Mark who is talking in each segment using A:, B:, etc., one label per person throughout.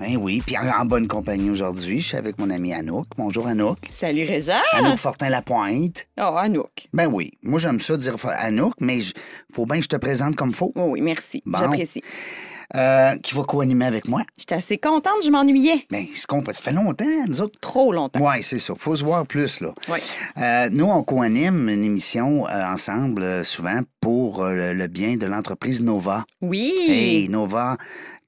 A: Ben oui, puis en, en bonne compagnie aujourd'hui, je suis avec mon ami Anouk. Bonjour Anouk.
B: Salut Réjean!
A: Anouk Fortin-Lapointe.
B: Oh, Anouk.
A: Ben oui, moi j'aime ça dire fa- Anouk, mais j- faut bien que je te présente comme faut.
B: Oh oui, merci.
A: Bon.
B: J'apprécie.
A: Euh, qui va co-animer avec moi?
B: J'étais assez contente, je m'ennuyais.
A: Ben, ce qu'on peut. Ça fait longtemps, nous autres.
B: Trop longtemps.
A: Oui, c'est ça. faut se voir plus, là.
B: Ouais.
A: Euh, nous, on co-anime une émission euh, ensemble, euh, souvent, pour euh, le, le bien de l'entreprise Nova.
B: Oui.
A: Hey, Nova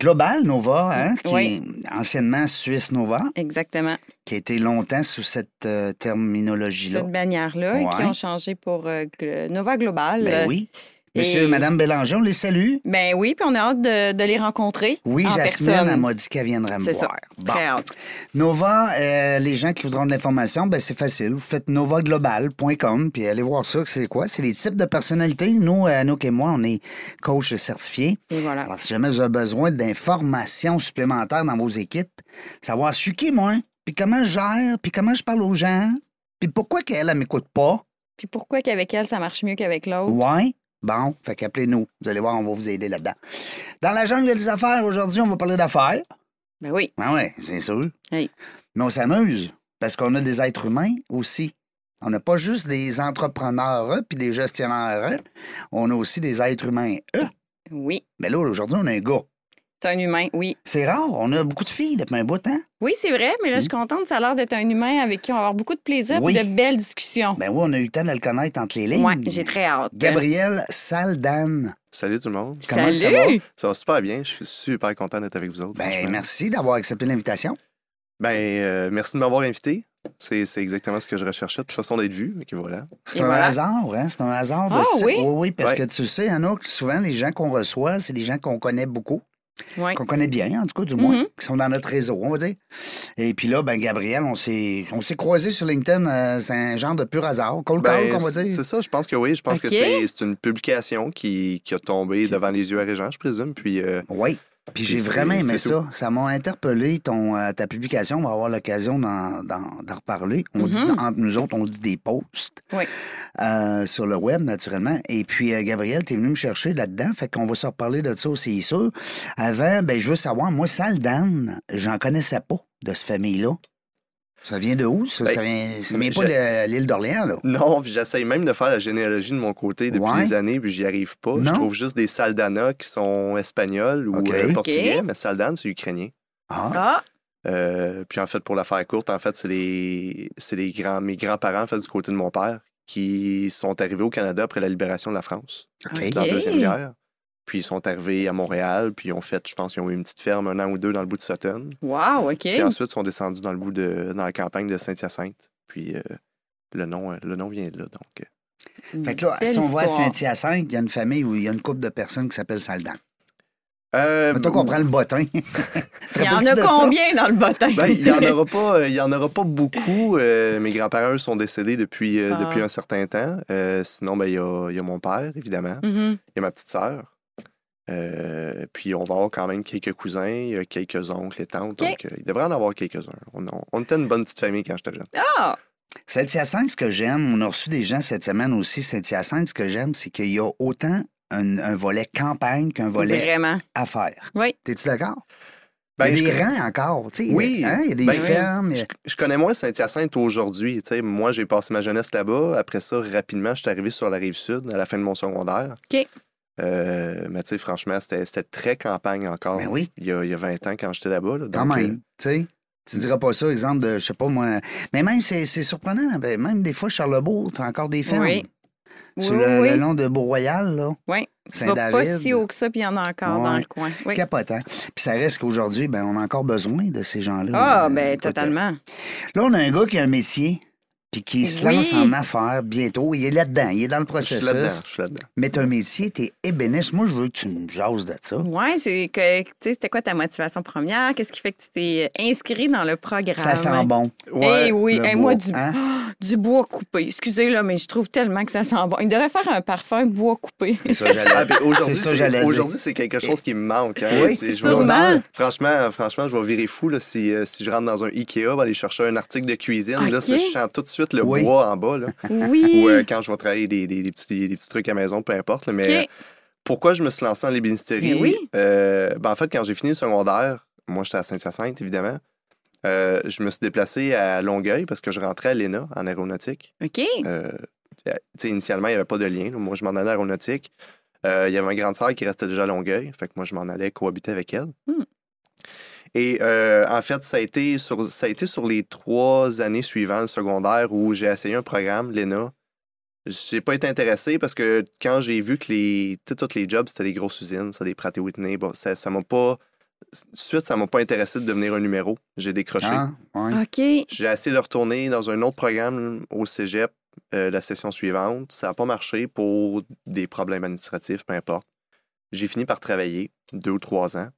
A: Global Nova, hein, qui
B: Oui.
A: est anciennement Suisse Nova,
B: Exactement.
A: qui a été longtemps sous cette euh, terminologie-là.
B: Cette bannière-là
A: Ouais.
B: qui ont changé pour euh, Gl- Nova Global.
A: Ben oui. Monsieur et
B: euh, et-
A: Madame Bélanger, on les salue.
B: Ben oui, puis on a hâte de, de les rencontrer.
A: Oui,
B: en
A: Jasmine,
B: personne.
A: elle m'a dit qu'elle viendrait me
B: C'est ça.
A: voir. Bon.
B: Très hâte.
A: Nova, euh, les gens qui voudront de l'information, ben c'est facile. Vous faites novaglobal.com, puis allez voir ça, c'est quoi? C'est les types de personnalités. Nous, euh, Anouk et moi, on est coach certifiés.
B: Et voilà.
A: Alors, si jamais vous avez besoin d'informations supplémentaires dans vos équipes, savoir je suis qui, moi, puis comment je gère, puis comment je parle aux gens, puis pourquoi qu'elle, elle m'écoute pas,
B: Puis pourquoi qu'avec elle, ça marche mieux qu'avec l'autre?
A: ouais, bon, fait qu'appelez-nous. Vous allez voir, on va vous aider là-dedans. Dans la jungle des affaires, aujourd'hui, on va parler d'affaires.
B: Ben oui.
A: Ah ouais, c'est sûr.
B: Hey.
A: Mais on s'amuse parce qu'on a des êtres humains aussi. On n'a pas juste des entrepreneurs euh, puis des gestionnaires. euh, On a aussi des êtres humains. eux.
B: Oui.
A: Mais là, aujourd'hui, on a un gars.
B: C'est un humain, oui.
A: C'est rare. On a beaucoup de filles depuis un bout, hein?
B: Oui, c'est vrai, mais là, je suis contente. Ça a l'air d'être un humain avec qui on va avoir beaucoup de plaisir
A: Oui.
B: et de belles discussions.
A: Ben oui, on a eu le temps de le connaître entre les lignes.
B: Oui, j'ai très hâte.
A: Gabriel Saldan.
C: Salut tout le monde.
A: comment ça va?
B: Salut!
C: Ça va super bien. Je suis super content d'être avec vous autres.
A: Ben,
C: franchement.
A: merci d'avoir accepté l'invitation.
C: Ben, euh, merci de m'avoir invité. C'est c'est exactement ce que je recherchais. De toute façon, d'être vu. OK, voilà.
A: C'est
B: Et
A: un
B: voilà.
A: hasard, hein? C'est un hasard de
B: Ah
A: ça.
B: oui?
A: parce
C: Ouais.
A: que tu sais, Anouk, souvent, les gens qu'on reçoit, c'est des gens qu'on connaît beaucoup,
B: Ouais.
A: qu'on connaît bien, en tout cas, du moins,
B: Mhm.
A: qui sont dans notre réseau, on va dire. Et puis là, ben, Gabriel, on s'est on s'est croisés sur LinkedIn. euh, c'est un genre de pur hasard. Cold
C: Ben,
A: call, qu'on va dire.
C: c'est ça, je pense que oui. Je pense
B: OK.
C: que c'est- c'est une publication qui, qui a tombé devant les yeux à Régent, je présume. Puis, euh,
A: Oui. Puis j'ai
C: c'est-
A: vraiment aimé
C: c'est
A: ça. Ça m'a interpellé ton, euh, ta publication. On va avoir l'occasion d'en, d'en- d'en reparler. On dit,
B: Mhm.
A: entre nous autres, on dit des posts
B: Oui.
A: Euh, sur le web, naturellement. Et puis, euh, Gabriel, tu es venu me chercher là-dedans. Fait qu'on va se reparler de ça, c'est sûr. Avant, ben, je veux savoir, moi, Saldan, j'en connaissais pas de cette famille-là. Ça vient de où, ça?
C: Ben,
A: ça vient, ça
C: mais
A: vient pas de l'île d'Orléans, là?
C: non, puis j'essaye même de faire la généalogie de mon côté depuis
A: Ouais.
C: des années, puis j'y arrive pas.
A: Non.
C: Je trouve juste des Saldana qui sont espagnols ou
A: OK.
C: euh,
A: OK.
C: portugais, mais Saldan, c'est ukrainien.
A: Ah,
B: Ah,
C: Euh, puis en fait, pour la faire courte, en fait, c'est les, c'est les grands, mes grands-parents, en fait, du côté de mon père, qui sont arrivés au Canada après la libération de la France,
A: OK.
C: dans
B: Ok.
C: la Deuxième Guerre. Puis ils sont arrivés à Montréal, puis ils ont fait, je pense, ils ont eu une petite ferme un an ou deux dans le bout de Sutton.
B: wow, OK.
C: Puis ensuite, ils sont descendus dans le bout de, dans la campagne de Saint-Hyacinthe. Puis euh, le, nom, euh, le nom vient de là, donc. euh.
A: Fait que là,
B: Belle
A: si on va à
B: histoire.
A: Saint-Hyacinthe, il y a une famille où il y a une couple de personnes qui s'appellent Saldan.
C: Euh,
A: Mettons qu'on prend le bottin.
B: Il y en a combien dans le bottin?
C: Ben, il n'y en, aura pas- il y en aura pas beaucoup. Euh, mes grands-parents, eux, sont décédés depuis, euh,
B: Ah.
C: depuis un certain temps. Euh, sinon, ben, il y, a, il y a mon père, évidemment.
B: Mhm.
C: Il y a ma petite sœur. Euh, puis on va avoir quand même quelques cousins, il y a quelques oncles et tantes.
B: OK.
C: Donc, euh, il devrait en avoir quelques-uns. On, on- on était une bonne petite famille quand j'étais jeune.
B: Ah,
A: Saint-Hyacinthe, ce que j'aime, on a reçu des gens cette semaine aussi. Saint-Hyacinthe, ce que j'aime, c'est qu'il y a autant un, un volet campagne qu'un volet
B: vraiment.
A: affaires.
B: Oui.
A: T'es-tu d'accord?
C: Ben,
A: il y
C: je
A: a des rangs encore. tu sais.
C: Oui.
A: Hein, Il y a des
C: Ben,
A: fermes. il y
C: Je,
A: a-
C: je connais moins Saint-Hyacinthe aujourd'hui. Tu sais, Moi, j'ai passé ma jeunesse là-bas. Après ça, rapidement, je suis arrivé sur la rive sud à la fin de mon secondaire.
B: OK.
C: Euh, mais tu sais, franchement, c'était c'était très campagne encore.
A: Ben oui.
C: Il y a, il y a 20 ans quand j'étais là-bas. là.
A: Quand
C: Donc, euh,
A: même. tu sais. Tu diras pas ça, exemple de, je sais pas moi. Mais même, c'est c'est surprenant. Ben, même des fois, Charlebourg, t'as encore des fermes.
B: Oui.
A: Sur
B: oui,
A: le,
B: oui.
A: le long de Beau-Royal, là.
B: oui. Tu vas
A: Saint-David.
B: pas si haut que ça, puis il y en a encore dans
A: Ouais.
B: le coin. Oui.
A: Capotant. Puis ça reste qu'aujourd'hui, ben, on a encore besoin de ces gens-là.
B: Ah,
A: Euh,
B: ben
A: écoute,
B: totalement.
A: Là, on a un gars qui a un métier puis qui se
B: Oui.
A: lance en affaires bientôt. Il est là-dedans, il est dans le
C: Je
A: processus.
C: suis là-dedans. Je suis là-dedans.
A: Mais ton métier, t'es ébéniste. Moi, je veux que tu me jases de ça.
B: Oui, c'est que, tu sais, c'était quoi ta motivation première? Qu'est-ce qui fait que tu t'es euh, inscrit dans le programme?
A: Ça sent bon.
B: Eh oui,
A: le
B: eh,
A: bois,
B: moi, du,
A: hein?
B: ah, du bois coupé. Excusez, là, mais je trouve tellement que ça sent bon. Il devrait faire un parfum bois coupé.
A: C'est ça, j'allais-
C: Ah, puis
A: C'est
C: aujourd'hui,
A: ça,
C: c'est-
A: j'allais dire.
C: aujourd'hui, c'est quelque chose qui me manque. hein.
A: Oui,
C: C'est- je vais-
B: Sûrement.
C: franchement, franchement, je vais virer fou là, si, euh, si je rentre dans un Ikea, ben, aller chercher un article de cuisine. Là,
B: Ok.
C: ça, je sens tout de suite le
A: Oui.
C: bois en bas. Là.
B: Oui.
C: Ou euh, quand je vais travailler des, des- des petits, des petits trucs à maison, peu importe. là, mais
B: OK.
C: euh, pourquoi je me suis lancé en ébénisterie?
B: Mais oui.
C: Euh, ben, en fait, quand j'ai fini le secondaire, moi, j'étais à Saint-Hyacinthe, évidemment. Euh, je me suis déplacé à Longueuil parce que je rentrais à l'ENA en aéronautique.
B: OK.
C: Euh, tu sais, initialement, il n'y avait pas de lien. là. Moi, je m'en allais à l'aéronautique. Euh, il y avait ma grande sœur qui restait déjà à Longueuil. Fait que moi, je m'en allais cohabiter avec elle.
B: Hmm.
C: Et euh, en fait, ça a, été sur, ça a été sur les trois années suivantes, le secondaire, où j'ai essayé un programme, l'ENA. J'ai pas été intéressé parce que quand j'ai vu que les, tu sais, tous les jobs, c'était des grosses usines, c'était des Pratt Whitney, bon, ça ça m'a pas. Tout de suite, ça m'a pas intéressé de devenir un numéro. J'ai décroché.
A: Ah, ouais.
B: OK.
C: J'ai essayé de retourner dans un autre programme au cégep euh, la session suivante. Ça n'a pas marché pour des problèmes administratifs, peu importe. J'ai fini par travailler deux ou trois ans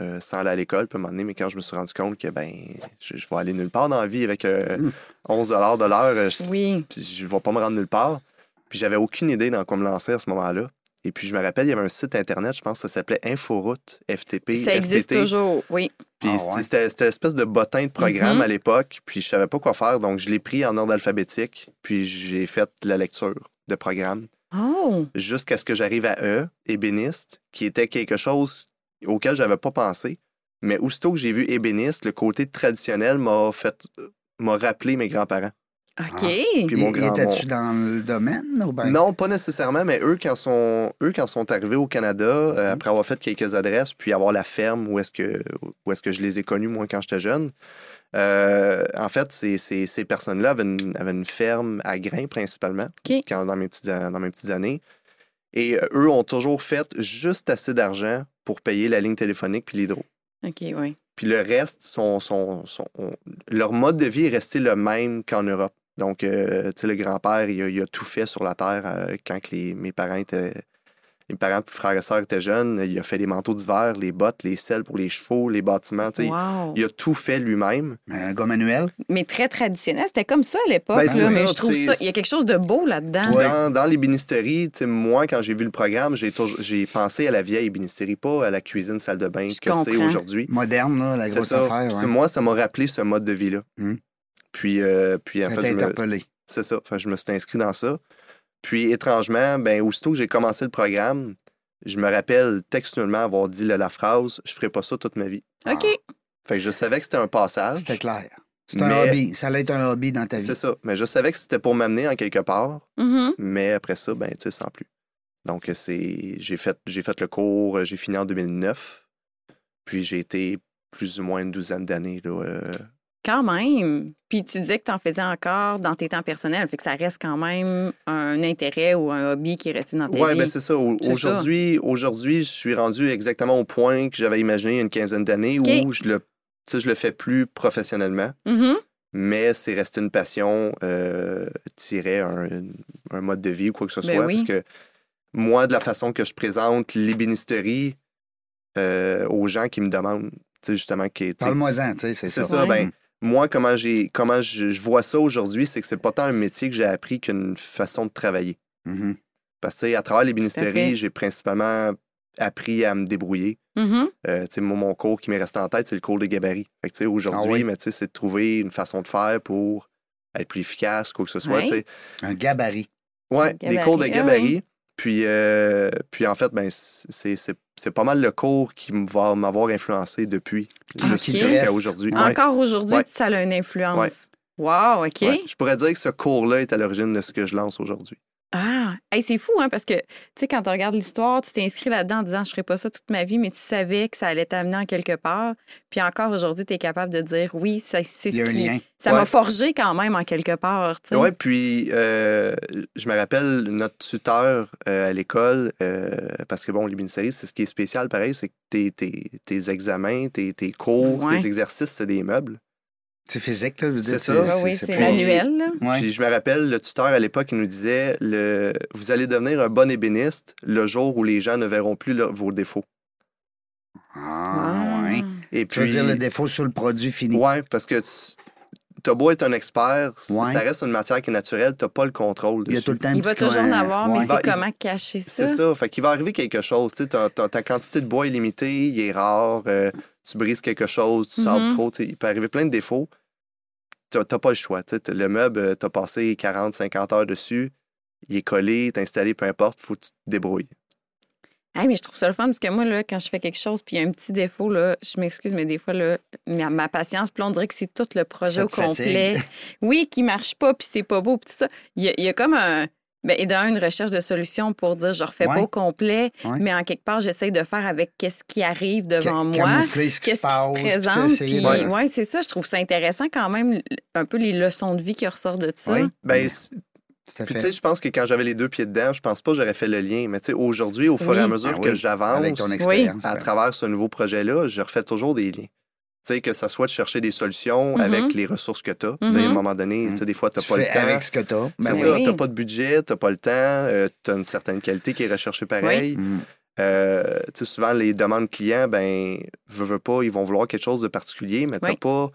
C: euh, sans aller à l'école, puis à un moment donné, mais quand je me suis rendu compte que ben, je, je vais aller nulle part dans la vie avec euh,
A: Mm.
C: 11 de l'heure, euh, je-
B: Oui.
C: puis je ne vais pas me rendre nulle part. Puis j'avais aucune idée dans quoi me lancer à ce moment-là. Et puis je me rappelle, il y avait un site internet, je pense que ça s'appelait Inforoute, FTP,
B: Ça existe
C: FTT.
B: toujours. Oui.
C: Puis
A: Ah
C: c'était-
A: ouais.
C: c'était c'était une espèce de bottin de programme
B: Mhm.
C: à l'époque, puis je savais pas quoi faire, donc je l'ai pris en ordre alphabétique, puis j'ai fait la lecture de programme
B: Oh.
C: jusqu'à ce que j'arrive à E, ébéniste, qui était quelque chose auquel j'avais pas pensé, mais aussitôt que j'ai vu ébéniste, le côté traditionnel m'a fait m'a rappelé mes grands-parents.
B: OK.
C: Ah. Puis mon
A: Et-
C: grand
A: Étais-tu dans le domaine ou ben-
C: Non, pas nécessairement, mais eux, quand sont, eux, quand sont arrivés au Canada, euh,
A: Mhm.
C: après avoir fait quelques adresses, puis avoir la ferme où est-ce que, où est-ce que je les ai connus, moi, quand j'étais jeune, euh, en fait, ces, ces- ces personnes-là avaient une, avaient une ferme à grains, principalement,
B: OK.
C: quand, dans, mes petites, an- dans mes petites années. Et euh, eux ont toujours fait juste assez d'argent pour payer la ligne téléphonique puis l'hydro.
B: OK, oui.
C: Puis le reste, sont, sont- sont- on- leur mode de vie est resté le même qu'en Europe. Donc, euh, tu sais, le grand-père, il, a- il a tout fait sur la terre euh, quand que les, mes parents étaient. Mes parents, puis frères et sœurs étaient jeunes. Il a fait les manteaux d'hiver, les bottes, les selles pour les chevaux, les bâtiments. tu sais.
B: Wow.
C: Il a tout fait lui-même.
A: Un gars manuel?
B: Mais très traditionnel. C'était comme ça à l'époque.
C: Ben, c'est
B: là,
C: ça,
B: mais je trouve
C: c'est-
B: ça. Il y a quelque chose de beau là-dedans.
C: Puis Dans, dans l'ébénisterie, tu sais, moi, quand j'ai vu le programme, j'ai toujours- j'ai pensé à la vieille ébénisterie, pas à la cuisine, salle de bain
B: Je
C: que c'est
B: comprends.
C: aujourd'hui.
A: Moderne, là, la
C: C'est
A: grosse
C: ça.
A: affaire.
C: Puis
A: ouais.
C: c'est- Moi, ça m'a rappelé ce mode de vie-là.
A: Hmm.
C: Puis, euh, puis en
A: Ça
C: fait,
A: t'a
C: je me-
A: interpellé.
C: C'est ça. Enfin, je me suis inscrit dans ça. Puis, étrangement, ben, aussitôt que j'ai commencé le programme, je me rappelle textuellement avoir dit la, la phrase Je ferai pas ça toute ma vie.
B: OK.
C: Fait que je savais que c'était un passage.
A: C'était clair. C'est un
C: Mais-
A: hobby. Ça allait être un hobby dans ta vie.
C: C'est ça. Mais je savais que c'était pour m'amener en quelque part.
B: Mhm.
C: Mais après ça, ben, tu sais, sans plus. Donc, c'est j'ai fait, j'ai fait le cours, j'ai fini en 2009. Puis, j'ai été plus ou moins une douzaine d'années. là, euh,
B: Quand même. Puis tu disais que tu en faisais encore dans tes temps personnels. Fait que ça reste quand même un intérêt ou un hobby qui est resté dans ta
C: Oui,
B: vie.
C: ben c'est ça. Au-
B: C'est ça.
C: Aujourd'hui, aujourd'hui, je suis rendu exactement au point que j'avais imaginé il y a une quinzaine d'années
B: OK.
C: où je le, tu sais, je le fais plus professionnellement,
B: Mhm.
C: mais c'est resté une passion euh, tirée à un, un mode de vie ou quoi que ce
B: Ben
C: soit.
B: oui.
C: Parce que moi, de la façon que je présente l'ébénisterie euh, aux gens qui me demandent, tu sais, justement, qui est.
A: Parle-moi-en, tu sais, c'est ça.
C: C'est ça,
B: Ouais.
C: ben, moi, comment j'ai comment je, je vois ça aujourd'hui, c'est que c'est pas tant un métier que j'ai appris qu'une façon de travailler.
A: Mhm.
C: Parce que, tu sais, à travers les
B: Tout à fait.
C: ministéries, j'ai principalement appris à me débrouiller.
B: Mhm.
C: Euh, tu sais, moi, mon cours qui m'est resté en tête, c'est le cours de gabarit. Fait que, tu sais, aujourd'hui,
A: Ah oui.
C: mais, tu sais, c'est de trouver une façon de faire pour être plus efficace, quoi que ce soit.
B: Ouais.
C: tu sais.
A: Un gabarit.
C: Ouais,
B: Le
C: des cours de
B: gabarit, ah oui.
C: gabarit. Puis, euh, puis, en fait, ben, c'est c'est- c'est pas mal le cours qui me va m'avoir influencé depuis
B: Ah,
C: jusqu'-
B: qui te
C: jusqu'à
A: reste.
C: aujourd'hui. Ouais.
B: Encore aujourd'hui,
C: Ouais.
B: ça a une influence. Wow, OK.
C: Ouais. Je pourrais dire que ce cours-là est à l'origine de ce que je lance aujourd'hui.
B: Ah, Hey, c'est fou, hein, parce que, tu sais, quand tu regardes l'histoire, tu t'es inscrit là-dedans en disant, je ferai pas ça toute ma vie, mais tu savais que ça allait t'amener en quelque part. Puis encore aujourd'hui, tu es capable de dire, oui, ça- c'est
A: Il y
B: ce
A: a un
B: qui.
A: lien.
B: Ça m'a
C: Ouais.
B: forgé quand même en quelque part, tu sais.
C: Oui, puis euh, je me rappelle notre tuteur euh, à l'école, euh, parce que bon, les mini-séries, c'est ce qui est spécial, pareil, c'est que tes, tes, tes examens, tes, tes cours,
B: Ouais.
C: tes exercices, c'est des meubles.
A: C'est physique, là, je veux dire.
C: C'est ça.
B: Ah oui, c'est manuel. là.
A: Ouais.
C: Puis je me rappelle, le tuteur à l'époque, il nous disait le, Vous allez devenir un bon ébéniste le jour où les gens ne verront plus leur- vos défauts.
A: Ah, ouais.
C: Et
A: Tu veux
C: puis,
A: dire le défaut sur le produit fini.
C: Ouais, parce que tu as beau être un expert, c-
A: Ouais.
C: ça reste une matière qui est naturelle, tu pas le contrôle
A: Il y a
C: dessus.
A: tout le temps un
B: Il
A: petit
B: va toujours en
A: coin-
B: avoir,
A: ouais.
B: mais c'est
C: Bah, il-
B: comment cacher ça?
C: C'est ça. Fait qu'il va arriver quelque chose. Tu sais, t'as- t'as- ta quantité de bois est limitée, il est rare, euh, tu brises quelque chose, tu sables
A: Mm-hmm.
B: Mhm.
C: trop. tu sais, Il peut arriver plein de défauts. T'as t'as pas le choix. tu sais, t'as- Le meuble, euh, t'as passé 40, 50 heures dessus. Il est collé, t'es installé, peu importe, faut que tu te débrouilles.
B: Ah, mais je trouve ça le fun parce que moi, là, quand je fais quelque chose puis il y a un petit défaut, là, je m'excuse, mais des fois, là, ma, ma patience, puis là, on dirait que c'est tout le projet
A: Ça
B: au
A: te fatigue.
B: complet. Oui, qui marche pas, puis c'est pas beau, puis tout ça. Il y a, il y a comme un. Ben, et dans une recherche de solution pour dire je refais
A: Ouais.
B: pas au complet,
A: Ouais.
B: mais en quelque part, j'essaie de faire avec qu'est-ce qui arrive devant
A: Ca-
B: moi.
A: Camoufler ce qui
B: Qu'est-ce
A: se
B: qui se
A: passe. puis
B: présente?
A: essayer
B: Puis,
A: de-
B: ouais, c'est ça. Je trouve ça intéressant quand même, l- un peu les leçons de vie qui ressortent de ça.
A: Oui,
C: Ben,
A: Ouais.
C: c-
A: tout à
C: puis
A: fait.
C: tu sais, je pense que quand j'avais les deux pieds dedans, je pense pas que j'aurais fait le lien. Mais tu sais, aujourd'hui, au fur et
B: Oui.
C: à mesure
A: Ah
C: que
A: oui, Avec
C: j'avance,
A: ton expérience.
C: à
A: ben.
C: travers ce nouveau projet-là, je refais toujours des liens. Tu sais, que ça soit de chercher des solutions
B: Mhm.
C: avec les ressources que t'as. tu sais, À un
B: Mhm.
C: moment donné, tu sais, des fois, t'as
A: Tu
C: pas le
A: fais
C: temps.
A: avec ce que t'as. Ben
C: c'est
A: oui.
C: ça,
B: oui.
C: t'as pas de budget, t'as pas le temps, euh, t'as une certaine qualité qui est recherchée pareil.
A: Mm.
C: Euh, tu sais, souvent, les demandes clients, ben, veux, veux pas, ils vont vouloir quelque chose de particulier, mais t'as
B: Oui.
C: pas.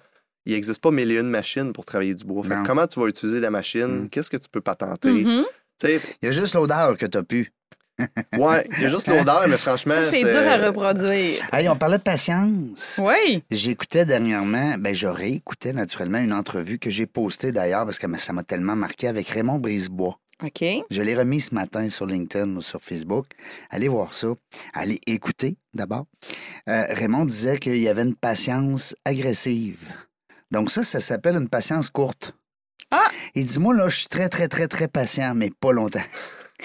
C: Il n'existe pas mille et une machines pour travailler du bois. Fait que
A: Non.
C: comment tu vas utiliser la machine?
A: Mm.
C: Qu'est-ce que tu peux patenter?
B: Mhm.
C: Tu sais,
A: Il y a juste l'odeur que t'as pu.
C: ouais, il y a juste l'odeur, mais franchement.
B: Ça, c'est dur à reproduire.
A: Hey, on parlait de patience.
B: Oui.
A: J'écoutais dernièrement, ben je réécoutais naturellement une entrevue que j'ai postée d'ailleurs parce que ça m'a tellement marqué avec Raymond Brisebois.
B: OK.
A: Je l'ai remis ce matin sur LinkedIn ou sur Facebook. Allez voir ça. Allez écouter d'abord. Euh, Raymond disait qu'il y avait une patience agressive. Donc ça, ça s'appelle une patience courte.
B: Ah!
A: Il dit, moi, là, je suis très, très, très, très patient, mais pas longtemps.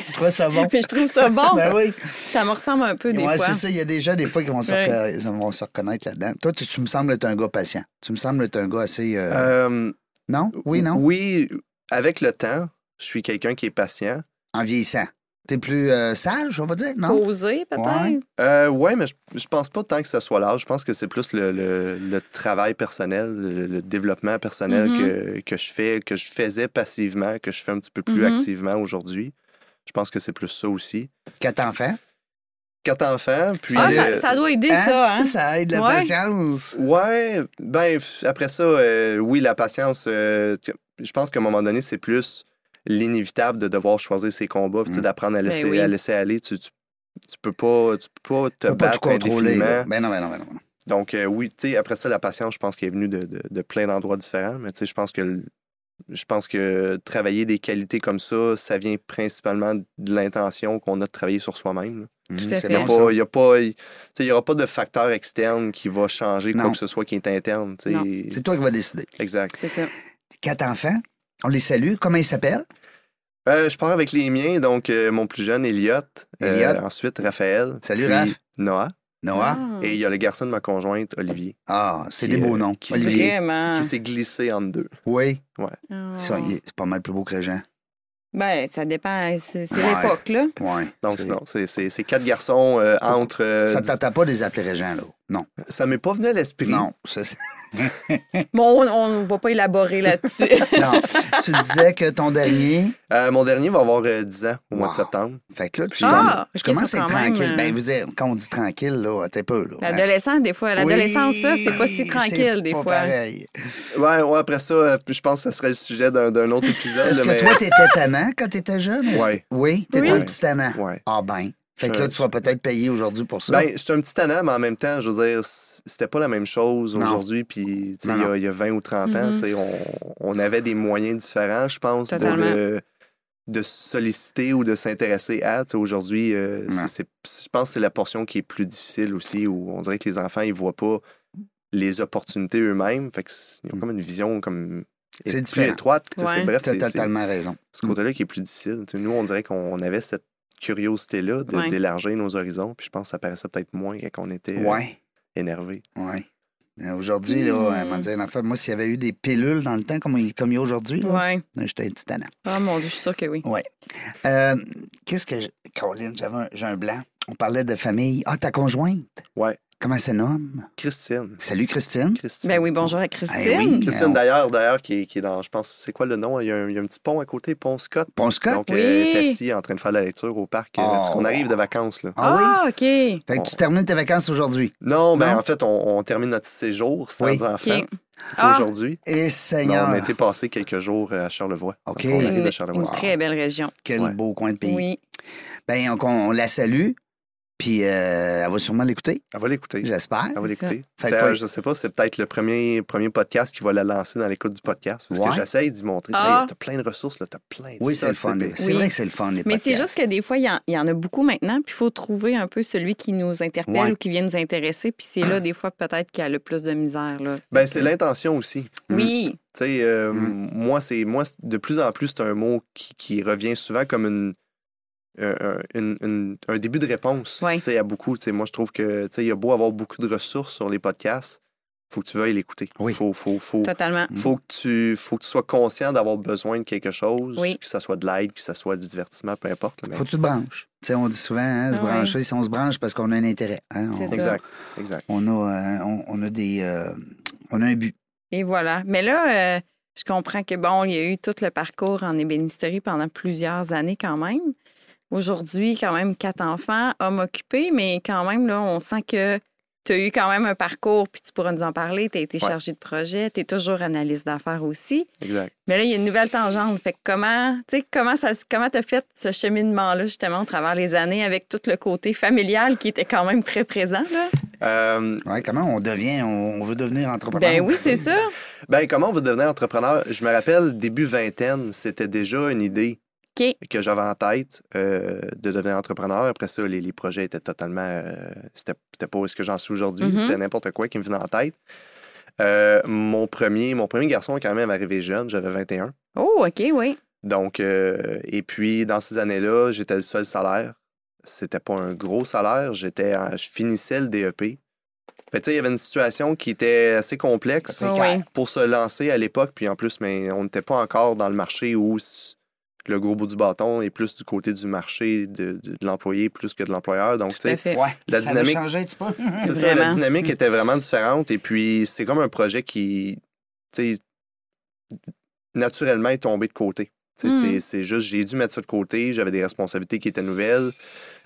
A: Je trouvais ça bon.
B: Puis je trouve ça bon.
A: ben oui.
B: Ça me ressemble un peu des
A: Ouais,
B: fois.
A: c'est ça. Il y a des gens, des fois, qui vont se,
B: Ouais.
A: reconna- ils vont se reconnaître là-dedans. Toi, tu, tu me sembles être un gars patient. Tu me sembles être un gars assez. euh,
C: Euh,
A: non? Oui, non?
C: Oui, avec le temps, je suis quelqu'un qui est patient.
A: En vieillissant. T'es plus euh, sage, on va dire? Non?
B: Posé, peut-être.
A: Ouais.
C: Euh, ouais, mais je, je pense pas tant que ça soit l'âge. Je pense que c'est plus le, le- le travail personnel, le, le développement personnel
B: Mhm.
C: que, que je fais, que je faisais passivement, que je fais un petit peu plus
B: Mhm.
C: activement aujourd'hui. Je pense que c'est plus ça aussi.
A: Quatre enfants.
C: Quatre enfants, puis.
B: Ah,
C: euh,
B: ça, ça doit aider, ça, hein?
A: Ça aide la
B: Ouais.
A: patience.
C: Ouais, ben f- après ça, euh, oui, la patience. euh, tu- je pense qu'à un moment donné, c'est plus l'inévitable de devoir choisir ses combats, puis tu sais,
A: Mm.
C: d'apprendre à
B: Ben
C: laisser,
B: oui.
C: à laisser aller. Tu, tu, tu peux pas, tu peux pas
A: Tu
C: te
A: peux pas
C: battre
A: tout contrôler.
C: indéfiniment.
A: là. Ben non, ben non, ben non.
C: Donc, euh, oui, tu sais, après ça, la patience, je pense qu'elle est venue de, de- de plein d'endroits différents, mais tu sais, je pense que le- je pense que travailler des qualités comme ça, ça vient principalement de l'intention qu'on a de travailler sur soi-même.
A: Hum,
B: à
A: c'est
B: fait.
C: Il
A: bon, ça.
C: n'y a pas, y- tu sais, il y aura pas de facteur externe qui va changer
A: Non.
C: quoi que ce soit qui est interne. tu sais.
B: Non.
A: C'est toi qui vas décider.
C: Exact.
B: C'est ça.
A: Quatre enfants. On les salue. Comment ils s'appellent?
C: Euh, je pars avec les miens, donc euh, mon plus jeune, Elliot. euh,
A: Elliot.
C: ensuite, Raphaël.
A: Salut,
C: puis
A: Raph.
C: Noah.
A: Noah.
B: Ah, Mm.
C: Et il y a le garçon de ma conjointe, Olivier,
A: Ah, c'est
C: Qui,
A: des beaux
C: euh,
A: noms.
C: qui
A: Olivier.
B: Vraiment.
A: Ah.
C: qui s'est glissé entre deux.
A: Oui.
B: Ah.
A: Ça, il est- C'est pas mal plus beau que Jean.
B: Ben, ça dépend. C'est c'est
A: Ouais.
B: l'époque, là.
A: Oui.
C: Donc, sinon, c'est- c'est c'est quatre garçons euh, entre. euh,
A: Ça ne t'attend pas de les appeler Régent, là. Non.
C: ça m'est pas venu à l'esprit.
A: Non. ça, c'est-
B: Bon, on ne va pas élaborer là-dessus.
A: non. tu disais que ton dernier.
C: Euh, mon dernier va avoir euh, 10 ans au mois de
A: Wow.
C: septembre.
A: Fait que là, tu,
C: Ah,
A: commences-
B: ok,
A: tu commences à
B: ça,
A: être
B: quand même,
A: tranquille.
B: euh,
A: Ben, vous dire, quand on dit tranquille, là, t'es peu, là. hein.
B: L'adolescent, des fois, l'adolescence, ça, c'est pas
A: Oui,
B: si tranquille, des
A: pas
B: fois.
A: pareil.
C: Ouais, ouais, après ça, euh, je pense que ce serait le sujet d'un d'un autre épisode.
A: Est-ce
C: là, mais-
A: que toi, t'étais tannant quand t'étais jeune? Est-ce que-
C: Ouais.
A: Oui, t'étais
C: Oui.
A: un petit tannant.
C: Ouais.
A: Ah ben. Fait que
C: Je-
A: là, tu vas peut-être payer aujourd'hui pour ça.
C: Ben, je suis un petit tannant, mais en même temps, je veux dire, c- c'était pas la même chose
A: Non.
C: aujourd'hui. Puis, tu
A: Non,
C: sais,
A: Mm-hmm.
C: il y a- il y, a 20 ou 30 ans,
B: Mhm.
C: tu sais, on, on avait des moyens différents, je pense, de,
B: Totalement.
C: de, de solliciter ou de s'intéresser à. Tu sais, aujourd'hui, euh, c'est-
A: Ouais.
C: c'est- je pense que c'est la portion qui est plus difficile aussi, où on dirait que les enfants, ils voient pas les opportunités eux-mêmes. Fait que c'est- ils ont
A: Mm.
C: comme une vision comme.
A: C'est
C: plus
A: différent.
C: étroite. Tu sais, c'est-
B: Ouais.
C: Bref,
A: T'as
C: c'est- c'est-
A: totalement raison.
C: ce côté-là qui est plus difficile. Tu sais, nous, on dirait qu'on avait cette curiosité-là de-
B: Ouais.
C: d'élargir nos horizons. Puis je pense que ça paraissait peut-être moins quand on était euh,
A: Ouais,
C: énervé.
A: ouais. Euh, Aujourd'hui, là,
B: Hmm.
A: elle m'a dit, en fait, moi, s'il y avait eu des pilules dans le temps comme il comme il y a aujourd'hui, là,
B: Ouais.
A: j'étais un petit tannant.
B: Ah, mon Dieu, je suis sûre que oui.
A: Euh, Qu'est-ce que. je- Colin, j'avais un- j'ai un blanc. On parlait de famille. Ah, ta conjointe?
C: Ouais.
A: Comment elle se nomme?
C: Christine.
A: Salut, Christine.
C: Christine.
B: Ben oui, bonjour à Christine.
A: Eh oui.
C: Christine, d'ailleurs, d'ailleurs, qui, est- qui est dans, je pense, c'est quoi le nom? Il y, a un, il y a un petit pont à côté, Pont Scott.
A: Bon, Scott?
C: Donc, euh, elle est
B: Oui.
C: assise en train de faire la lecture au parc, euh,
A: Oh.
C: parce qu'on arrive de vacances, là.
A: Ah oui?
B: Ah, OK.
A: Fait que tu termines tes vacances aujourd'hui.
C: Non, ben
A: Non.
C: en fait, on, on termine notre séjour sans
A: Oui.
C: enfant
B: OK. Ah,
C: aujourd'hui.
A: Et
C: Non,
A: Seigneur,
C: on a été passé quelques jours euh, à Charlevoix.
A: OK.
C: Donc, on arrive
B: une,
C: à Charlevoix.
B: une très belle région.
A: quel
C: Ouais.
A: beau coin de pays.
B: Oui.
A: Ben, on, on la salue, puis euh, elle va sûrement l'écouter,
C: Elle va l'écouter.
A: j'espère.
C: Elle va
B: C'est ça.
C: l'écouter.
A: Fait
C: C'est,
A: que
C: euh,
A: faut-
C: Je sais pas, c'est peut-être le premier, premier podcast qui va la lancer dans l'écoute du podcast. Parce
A: Ouais.
C: que j'essaye d'y montrer.
B: Ah.
C: Hey, t'as plein de ressources, là, t'as plein de
A: Oui,
C: ça,
A: c'est le fun.
C: tu sais,
A: les- C'est
B: Oui.
A: vrai que c'est le fun, les
B: Mais c'est
A: podcasts.
B: juste que des fois, il y, en- il y en a beaucoup maintenant, puis il faut trouver un peu celui qui nous interpelle
A: Ouais.
B: ou qui vient nous intéresser, puis c'est là, des fois, peut-être qu'il y a le plus de misère. Là. euh,
C: Ben, c'est l'intention aussi.
A: Mm.
B: Oui,
C: Tu sais, euh,
A: Mm.
C: moi, c'est moi c'est- de plus en plus, c'est un mot qui, qui revient souvent comme une, euh, un- une- une- un début de réponse
B: Ouais.
C: Tu sais, à beaucoup. Tu sais, Moi, je trouve que tu sais, il y a beau avoir beaucoup de ressources sur les podcasts, faut que tu veuilles l'écouter.
A: Oui.
C: Faut, faut, faut,
B: totalement.
C: faut, que tu, faut que tu sois conscient d'avoir besoin de quelque chose,
B: Oui.
C: que ça soit de l'aide, que ça soit du divertissement, peu importe. là, mais-
A: Ben, Faut que tu te branches. Tu sais, on dit souvent, hein, se
B: Ah ouais.
A: brancher, si on se branche, parce qu'on a un intérêt. hein,
B: C'est
A: on,
B: ça.
C: Exact, exact.
A: on a, euh, on, on a des... euh, on a un but.
B: Et voilà. Mais là, euh, je comprends que, bon, il y a eu tout le parcours en ébénisterie pendant plusieurs années quand même. Aujourd'hui, quand même, quatre enfants, homme occupé, mais quand même, là, on sent que tu as eu quand même un parcours, puis tu pourras nous en parler. Tu as été
C: Ouais.
B: chargé de projet, tu es toujours analyste d'affaires aussi.
C: exact.
B: Mais là, il y a une nouvelle tangente. Fait que comment, tu sais, comment ça, se- comment t'as fait ce cheminement-là, justement, au travers les années, avec tout le côté familial qui était quand même très présent, là?
C: Euh,
A: Ouais, comment on devient, on, on veut devenir entrepreneur.
B: Ben oui, c'est ça.
C: ben, comment on veut devenir entrepreneur? Je me rappelle, début vingtaine, c'était déjà une idée
B: OK.
C: que j'avais en tête euh, de devenir entrepreneur. Après ça, les, les projets étaient totalement. euh, c'était c'était pas où est-ce que j'en suis aujourd'hui.
B: Mhm.
C: C'était n'importe quoi qui me venait en tête. Euh, mon, premier, mon premier garçon est quand même arrivé jeune, j'avais 21.
B: Oh, OK, oui.
C: Donc, euh, et puis, dans ces années-là, j'étais le seul salaire. C'était pas un gros salaire. J'étais en- je finissais le DEP. Fait que, tu sais, il y avait une situation qui était assez complexe
A: C'est
B: Ah
A: clair.
B: oui.
C: pour se lancer à l'époque. Puis en plus, mais on n'était pas encore dans le marché où s- le gros bout du bâton est plus du côté du marché de, de- de l'employé plus que de l'employeur. Donc, tu
B: Tout à
C: sais,
B: fait.
A: Ouais,
C: La
A: ça
C: dynamique-
A: a changé un petit peu.
C: c'est ça, la
B: Vraiment.
C: dynamique
B: Mm.
C: était vraiment différente. Et puis, c'est comme un projet qui, tu sais, naturellement est tombé de côté. Tu sais,
B: Mm.
C: C'est c'est juste, j'ai dû mettre ça de côté. J'avais des responsabilités qui étaient nouvelles.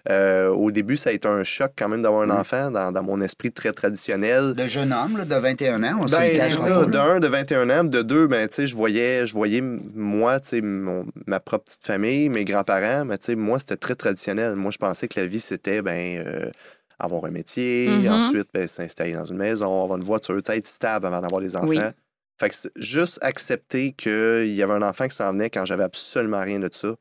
C: Euh, au début, ça a été un choc quand même d'avoir un
A: Mm.
C: enfant dans, dans mon esprit très traditionnel.
A: De jeune homme, là, de 21 ans, on se
C: Ben,
A: le
C: c'est
A: cache pas,
C: ça.
A: là.
C: De un, de 21 ans, de deux, ben, tu sais, je voyais, je voyais m- moi, tu sais, mon- ma propre petite famille, mes grands-parents, mais tu sais, moi, c'était très traditionnel. Moi, je pensais que la vie, c'était, ben, euh, avoir un métier,
B: Mhm.
C: ensuite, ben, s'installer dans une maison, avoir une voiture, tu sais, être stable avant d'avoir des enfants.
B: Oui.
C: Fait que c'est- juste accepter qu'il y avait un enfant qui s'en venait quand j'avais absolument rien de ça.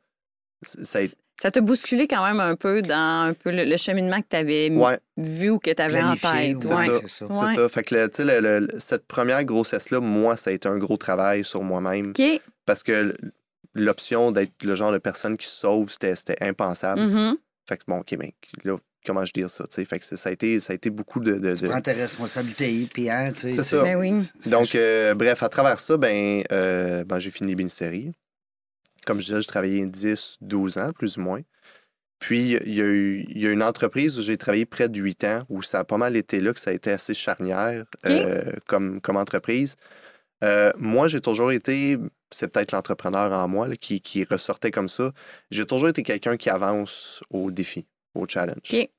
C: c- Ça a été-
B: Ça t'a bousculé quand même un peu dans un peu le, le cheminement que tu avais
C: Ouais,
B: vu ou que tu avais en
A: Planifié,
B: tête.
A: ou-
C: ouais.
A: c'est ça.
C: c'est
B: Ouais.
C: ça. Fait que, le- tu sais, le- le- le- cette première grossesse-là, moi, ça a été un gros travail sur moi-même.
B: OK.
C: parce que l- l'option d'être le genre de personne qui se sauve, c'était c'était impensable.
B: Mhm.
C: Fait que bon, OK, mais là, comment je dire ça, tu sais? Fait que c'est- ça a été, ça a été beaucoup de... de- de-
A: Prends tes responsabilités, puis hein, tu sais.
C: C'est ça.
B: Ben oui.
A: c'est-
C: Donc, euh, bref, à travers ça, ben, euh, ben, j'ai fini l'ébénisterie. Comme je disais, j'ai travaillé 10, 12 ans, plus ou moins. Puis, il y a eu il y a une entreprise où j'ai travaillé près de 8 ans, où ça a pas mal été là, que ça a été assez charnière
B: OK.
C: euh, comme, comme entreprise. Euh, moi, j'ai toujours été, c'est peut-être l'entrepreneur en moi là, qui, qui ressortait comme ça, j'ai toujours été quelqu'un qui avance au défi, au challenge.
B: OK.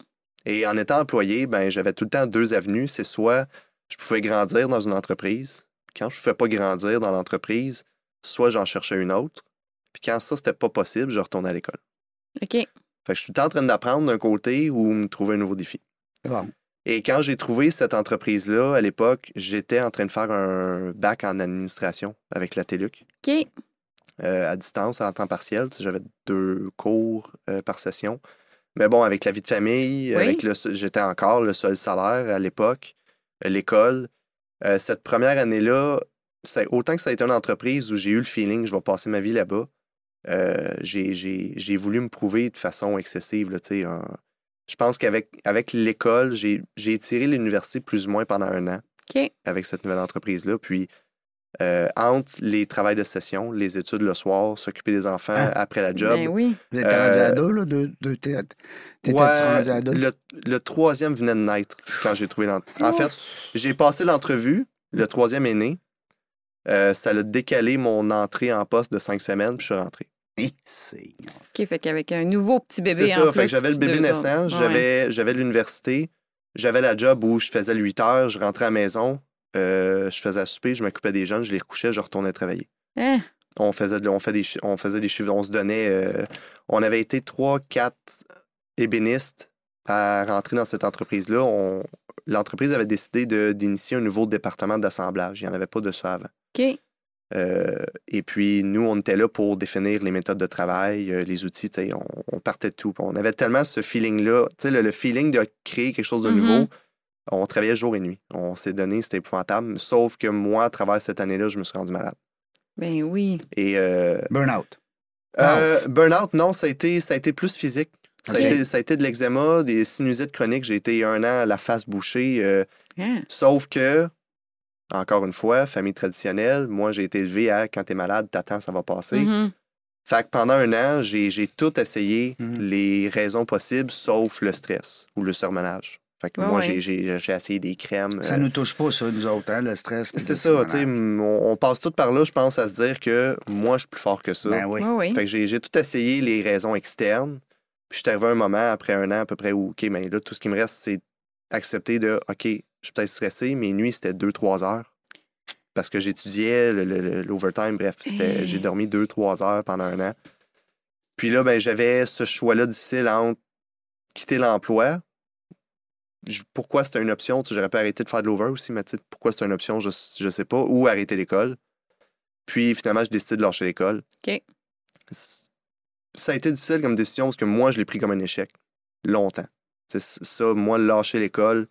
C: Et en étant employé, ben, j'avais tout le temps deux avenues. C'est soit je pouvais grandir dans une entreprise. Quand je ne pouvais pas grandir dans l'entreprise, soit j'en cherchais une autre. Puis quand ça, c'était pas possible, je retournais à l'école.
B: OK.
C: Fait que je suis tout le temps en train d'apprendre d'un côté ou me trouver un nouveau défi.
A: Bon.
C: Et quand j'ai trouvé cette entreprise-là, à l'époque, j'étais en train de faire un bac en administration avec la TELUC
B: OK.
C: euh, à distance, en temps partiel. Tu sais, J'avais deux cours euh, par session. Mais bon, avec la vie de famille,
B: Oui.
C: avec le se- j'étais encore le seul salaire à l'époque, euh, l'école. Euh, cette première année-là, ça- autant que ça a été une entreprise où j'ai eu le feeling que je vais passer ma vie là-bas, euh, j'ai- j'ai j'ai voulu me prouver de façon excessive. là, tu sais, en- Je pense qu'avec avec, l'école, j'ai j'ai étiré l'université plus ou moins pendant un an
B: OK.
C: avec cette nouvelle entreprise-là. Puis euh, entre les travails de session, les études le soir, s'occuper des enfants
A: Ah.
C: après la job.
B: Ben oui.
A: Vous êtes rendu
C: Euh,
A: à deux, là? Deux, deux, t'es- T'étais-tu
C: Ouais,
A: rendu à deux?
C: le, le troisième venait de naître quand j'ai trouvé l'entrevue. En fait, j'ai passé l'entrevue, le troisième est né. Euh, ça l'a décalé mon entrée en poste de cinq semaines, puis je suis rentré.
A: Hé, Seigneur.
B: OK, fait qu'avec un nouveau petit
C: C'est
B: bébé en
C: ça,
B: plus,
C: fait que j'avais le
B: puis
C: bébé
B: deux
C: naissant,
B: autres. Ouais.
C: j'avais j'avais l'université, j'avais la job où je faisais le 8 heures, je rentrais à la maison, euh, je faisais à souper, je m'occupais des jeunes, je les recouchais, je retournais travailler.
B: Hein?
C: on faisait, de- on fait des, chi- on faisait des chiffres, on se donnait. euh, on avait été trois, quatre ébénistes à rentrer dans cette entreprise-là. On- L'entreprise avait décidé de- d'initier un nouveau département d'assemblage. Il n'y en avait pas de ça avant.
B: Eh, OK.
C: Euh, et puis, nous, on était là pour définir les méthodes de travail, euh, les outils. tu sais, On, on partait de tout. Puis On avait tellement ce feeling-là, tu sais, le, le feeling de créer quelque chose de
B: Mhm.
C: nouveau. On travaillait jour et nuit. On s'est donné, c'était épouvantable. Sauf que moi, à travers cette année-là, je me suis rendu malade.
B: Ben oui.
C: Et euh,
A: Burnout.
C: euh, Burnout, non, ça a été, ça a été plus physique. Ça,
A: Ok.
C: a été, ça a été de l'eczéma, des sinusites chroniques. J'ai été un an à la face bouchée. euh,
B: Hein?
C: sauf que, encore une fois, famille traditionnelle, moi, j'ai été élevé à quand t'es malade, t'attends, ça va passer.
A: Mm-hmm.
B: Mhm.
C: Fait que pendant un an, j'ai j'ai tout essayé,
A: Mhm.
C: les raisons possibles, sauf le stress ou le surmenage. Fait que
B: Ouais,
C: moi,
B: ouais.
C: j'ai- j'ai j'ai essayé des crèmes.
A: Ça
C: euh,
A: nous touche pas, ça, nous autres, hein, le stress. puis
C: C'est
A: le
C: ça, tu sais,
A: surmenage.
C: m- on, on passe tout par là, je pense, à se dire que moi, je suis plus fort que ça.
A: Ben oui.
B: Ouais, oui.
C: Fait que j'ai j'ai tout essayé, les raisons externes. Puis je suis arrivé à un moment, après un an à peu près, où, OK, mais là, tout ce qui me reste, c'est accepter de, OK, je suis peut-être stressé, mes nuits, c'était 2-3 heures. Parce que j'étudiais le- le- le- l'overtime, bref, c'était-
B: Hey.
C: j'ai dormi 2-3 heures pendant un an. Puis là, ben, j'avais ce choix-là difficile entre quitter l'emploi. Je- Pourquoi c'était une option? Tu sais, J'aurais pu arrêter de faire de l'over aussi, mais tu sais, pourquoi c'était une option, je, je sais pas. Ou arrêter l'école. Puis finalement, je décide de lâcher l'école.
B: OK.
C: C- Ça a été difficile comme décision parce que moi, je l'ai pris comme un échec. Longtemps. C'est c- ça, moi, lâcher l'école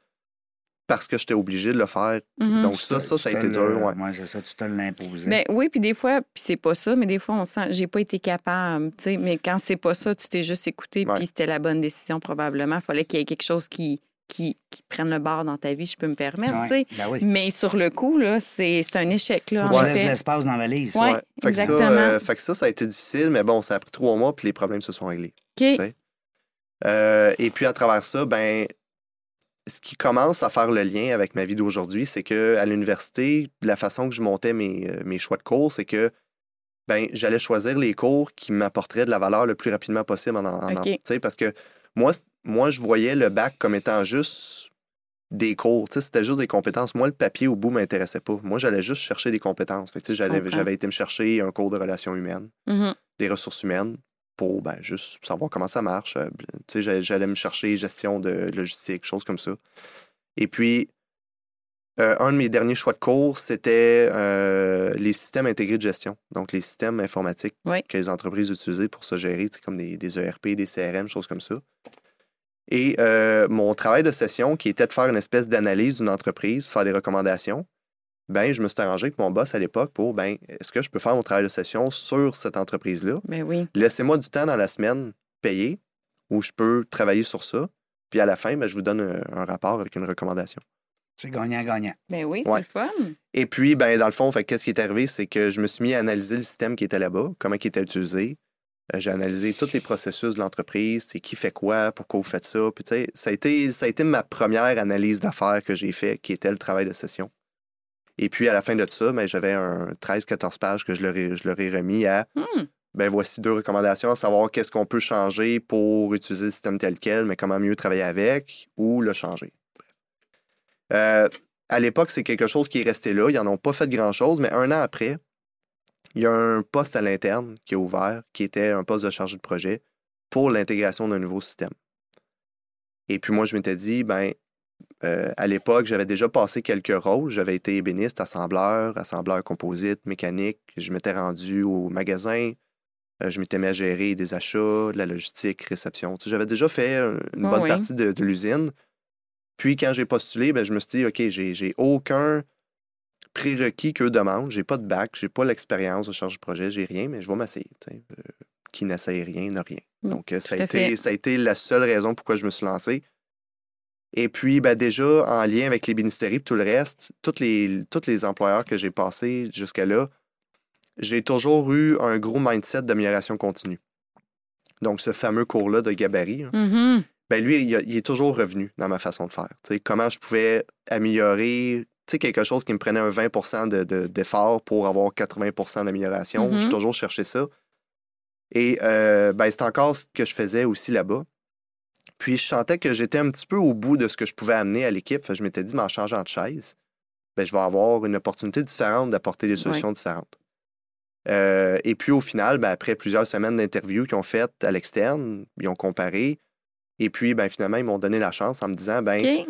C: parce que j'étais obligé de le faire.
B: Mhm.
C: Donc euh, ça, ça,
A: Tu
C: ça a
A: te
C: été dur.
A: le-
C: ouais.
A: Ouais, c'est ça, tu te l'imposais.
B: Ben oui, puis des fois, puis c'est pas ça, mais des fois, on sent, j'ai pas été capable, tu sais, mais quand c'est pas ça, tu t'es juste écouté,
C: Ouais.
B: puis c'était la bonne décision probablement. Fallait qu'il y ait quelque chose qui, qui, qui prenne le bord dans ta vie, je peux me permettre,
A: Ouais,
B: tu sais.
A: Ben oui.
B: Mais sur le coup, là, c'est c'est un échec, là,
A: Faut que
B: en
A: tu laisses
B: fait.
A: l'espace dans la valise.
B: Ouais,
C: Ouais. Fait que ça,
B: exactement.
C: euh, fait que ça, ça a été difficile, mais bon, ça a pris trois mois, puis les problèmes se sont réglés.
B: OK.
C: c'est- Euh, et puis à travers ça, ben, ce qui commence à faire le lien avec ma vie d'aujourd'hui, c'est que à l'université, la façon que je montais mes, euh, mes choix de cours, c'est que ben, j'allais choisir les cours qui m'apporteraient de la valeur le plus rapidement possible. En, en- en-
B: Ok.
C: tu sais, parce que moi, c- moi, je voyais le bac comme étant juste des cours. Tu sais, C'était juste des compétences. Moi, le papier au bout m'intéressait pas. Moi, j'allais juste chercher des compétences. Fait que, tu sais, j'allais-
B: comprends.
C: J'avais été me chercher un cours de relations humaines
B: Mhm.
C: des ressources humaines pour ben, juste savoir comment ça marche. Euh, Tu sais, j'allais- j'allais me chercher gestion de logistique, choses comme ça. Et puis, euh, un de mes derniers choix de cours, c'était euh, les systèmes intégrés de gestion, donc les systèmes informatiques
B: Oui.
C: que les entreprises utilisaient pour se gérer, tu sais, comme des, des ERP, des CRM, choses comme ça. Et euh, mon travail de session, qui était de faire une espèce d'analyse d'une entreprise, faire des recommandations, ben, je me suis arrangé avec mon boss à l'époque pour, ben, est-ce que je peux faire mon travail de session sur cette entreprise-là?
B: Ben oui.
C: Laissez-moi du temps dans la semaine payé où je peux travailler sur ça. Puis à la fin, ben, je vous donne un, un rapport avec une recommandation.
A: C'est gagnant-gagnant.
B: Ben oui, c'est
C: Ouais.
B: le fun.
C: Et puis, ben, dans le fond, fait, qu'est-ce qui est arrivé? C'est que je me suis mis à analyser le système qui était là-bas, comment il était utilisé. Euh, J'ai analysé tous les processus de l'entreprise, c'est qui fait quoi, pourquoi vous faites ça. Puis, tu sais, ça a été, ça a été ma première analyse d'affaires que j'ai fait, qui était le travail de session. Et puis, à la fin de ça, ben, j'avais un 13-14 pages que je leur, ai, je leur ai remis à
B: Hmm.
C: ben voici deux recommandations, à savoir qu'est-ce qu'on peut changer pour utiliser le système tel quel, mais comment mieux travailler avec ou le changer. Bref. Euh, à l'époque, c'est quelque chose qui est resté là. Ils n'en ont pas fait grand-chose, mais un an après, il y a un poste à l'interne qui est ouvert, qui était un poste de chargé de projet pour l'intégration d'un nouveau système. Et puis moi, je m'étais dit, ben, euh, à l'époque, j'avais déjà passé quelques rôles. J'avais été ébéniste, assembleur, assembleur composite, mécanique. Je m'étais rendu au magasin, euh, je m'étais mis à gérer des achats, de la logistique, réception. Tu sais, J'avais déjà fait euh, une
B: Ouais,
C: bonne
B: ouais.
C: partie de, de l'usine. Puis quand j'ai postulé, ben, je me suis dit, OK, j'ai j'ai aucun prérequis qu'eux demandent. J'ai pas de bac, j'ai pas l'expérience de charge de projet, j'ai rien, mais je vais m'asseoir. tu sais. Euh, qui n'essaye rien n'a rien.
B: Mm,
C: Donc, euh, ça a,
B: tout à fait.
C: été, ça a été la seule raison pourquoi je me suis lancé. Et puis, ben, déjà, en lien avec les ministéries et tout le reste, tous les, toutes les employeurs que j'ai passés jusqu'à là, j'ai toujours eu un gros mindset d'amélioration continue. Donc, ce fameux cours-là de gabarit, hein,
B: Mhm.
C: ben lui, il, a- il est toujours revenu dans ma façon de faire. Tu sais, comment je pouvais améliorer tu sais, quelque chose qui me prenait un 20 de- de- d'effort pour avoir 80 d'amélioration.
B: Mhm.
C: J'ai toujours cherché ça. Et euh, ben, c'est encore ce que je faisais aussi là-bas. Puis je sentais que j'étais un petit peu au bout de ce que je pouvais amener à l'équipe. Fait que je m'étais dit, mais en changeant de chaise, ben, je vais avoir une opportunité différente d'apporter des solutions différentes. Euh, et puis au final, ben, après plusieurs semaines d'interviews qu'ils ont faites à l'externe, ils ont comparé. Et puis ben, finalement, ils m'ont donné la chance en me disant, ben,
B: OK.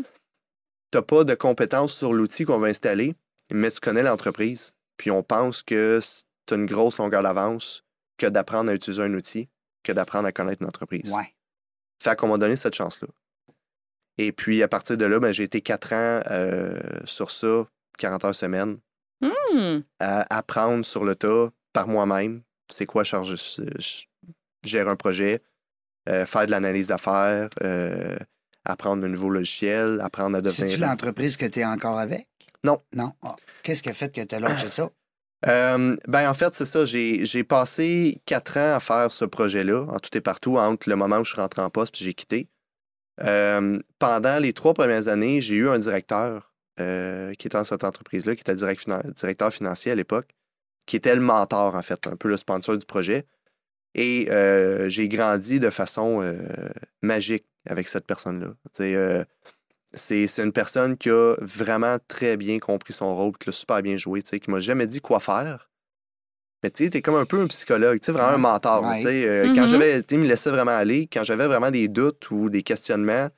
C: tu n'as pas de compétences sur l'outil qu'on va installer, mais tu connais l'entreprise. Puis on pense que c'est une grosse longueur d'avance que d'apprendre à utiliser un outil, que d'apprendre à connaître une entreprise.
A: Ouais.
C: Fait qu'on m'a donné cette chance-là. Et puis, à partir de là, ben, j'ai été quatre ans euh, sur ça, 40 heures semaine,
B: Hmm.
C: à apprendre sur le tas par moi-même. C'est quoi charger, ch- gérer un projet, euh, faire de l'analyse d'affaires, euh, apprendre de nouveaux logiciels, apprendre à
A: C'est-tu
C: devenir.
A: l'entreprise que tu es encore avec?
C: Non.
A: Non. Ah. Qu'est-ce qui a fait que tu as lâché ça?
C: Euh, ben, en fait, c'est ça. J'ai j'ai passé quatre ans à faire ce projet-là, en tout et partout, entre le moment où je suis rentré en poste et j'ai quitté. Euh, pendant les trois premières années, j'ai eu un directeur euh, qui était dans cette entreprise-là, qui était direct finan- directeur financier à l'époque, qui était le mentor, en fait, un peu le sponsor du projet. Et euh, j'ai grandi de façon euh, magique avec cette personne-là. Tu sais, euh, c'est c'est une personne qui a vraiment très bien compris son rôle, qui l'a super bien joué, tu sais, qui m'a jamais dit quoi faire. Mais tu sais, t'es comme un peu un psychologue, tu sais, vraiment un mentor.
A: Ouais.
C: tu sais, euh,
B: Mhm.
C: Quand j'avais, tu sais, il me laissait vraiment aller. Quand j'avais vraiment des doutes ou des questionnements,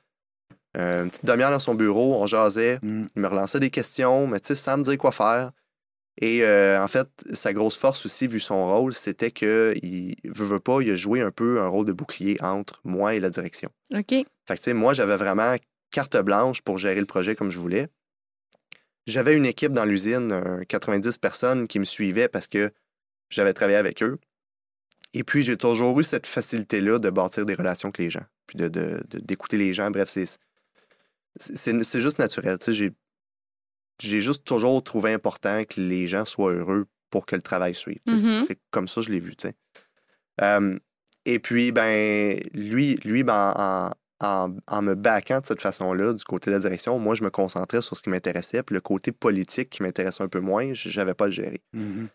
C: euh, une petite demi-heure dans son bureau, on jasait.
A: Mm.
C: Il me relançait des questions, mais tu sais, sans me dire quoi faire. Et euh, en fait, sa grosse force aussi, vu son rôle, c'était que il veut, veut pas, il a joué un peu un rôle de bouclier entre moi et la direction.
B: OK.
C: Fait que, tu sais, moi, j'avais vraiment carte blanche pour gérer le projet comme je voulais. J'avais une équipe dans l'usine, un 90 personnes qui me suivaient parce que j'avais travaillé avec eux. Et puis, j'ai toujours eu cette facilité-là de bâtir des relations avec les gens, puis de- de- de- d'écouter les gens. Bref, c'est c'est- c'est c'est juste naturel. tu sais, J'ai j'ai juste toujours trouvé important que les gens soient heureux pour que le travail suive. tu sais.
B: Mhm.
C: C'est comme ça que je l'ai vu. tu sais. Euh, et puis, ben, lui, lui ben, en, en, en me baquant de cette façon-là, du côté de la direction, moi, je me concentrais sur ce qui m'intéressait, puis le côté politique qui m'intéressait un peu moins, j- j'avais pas à le gérer.
A: Mhm.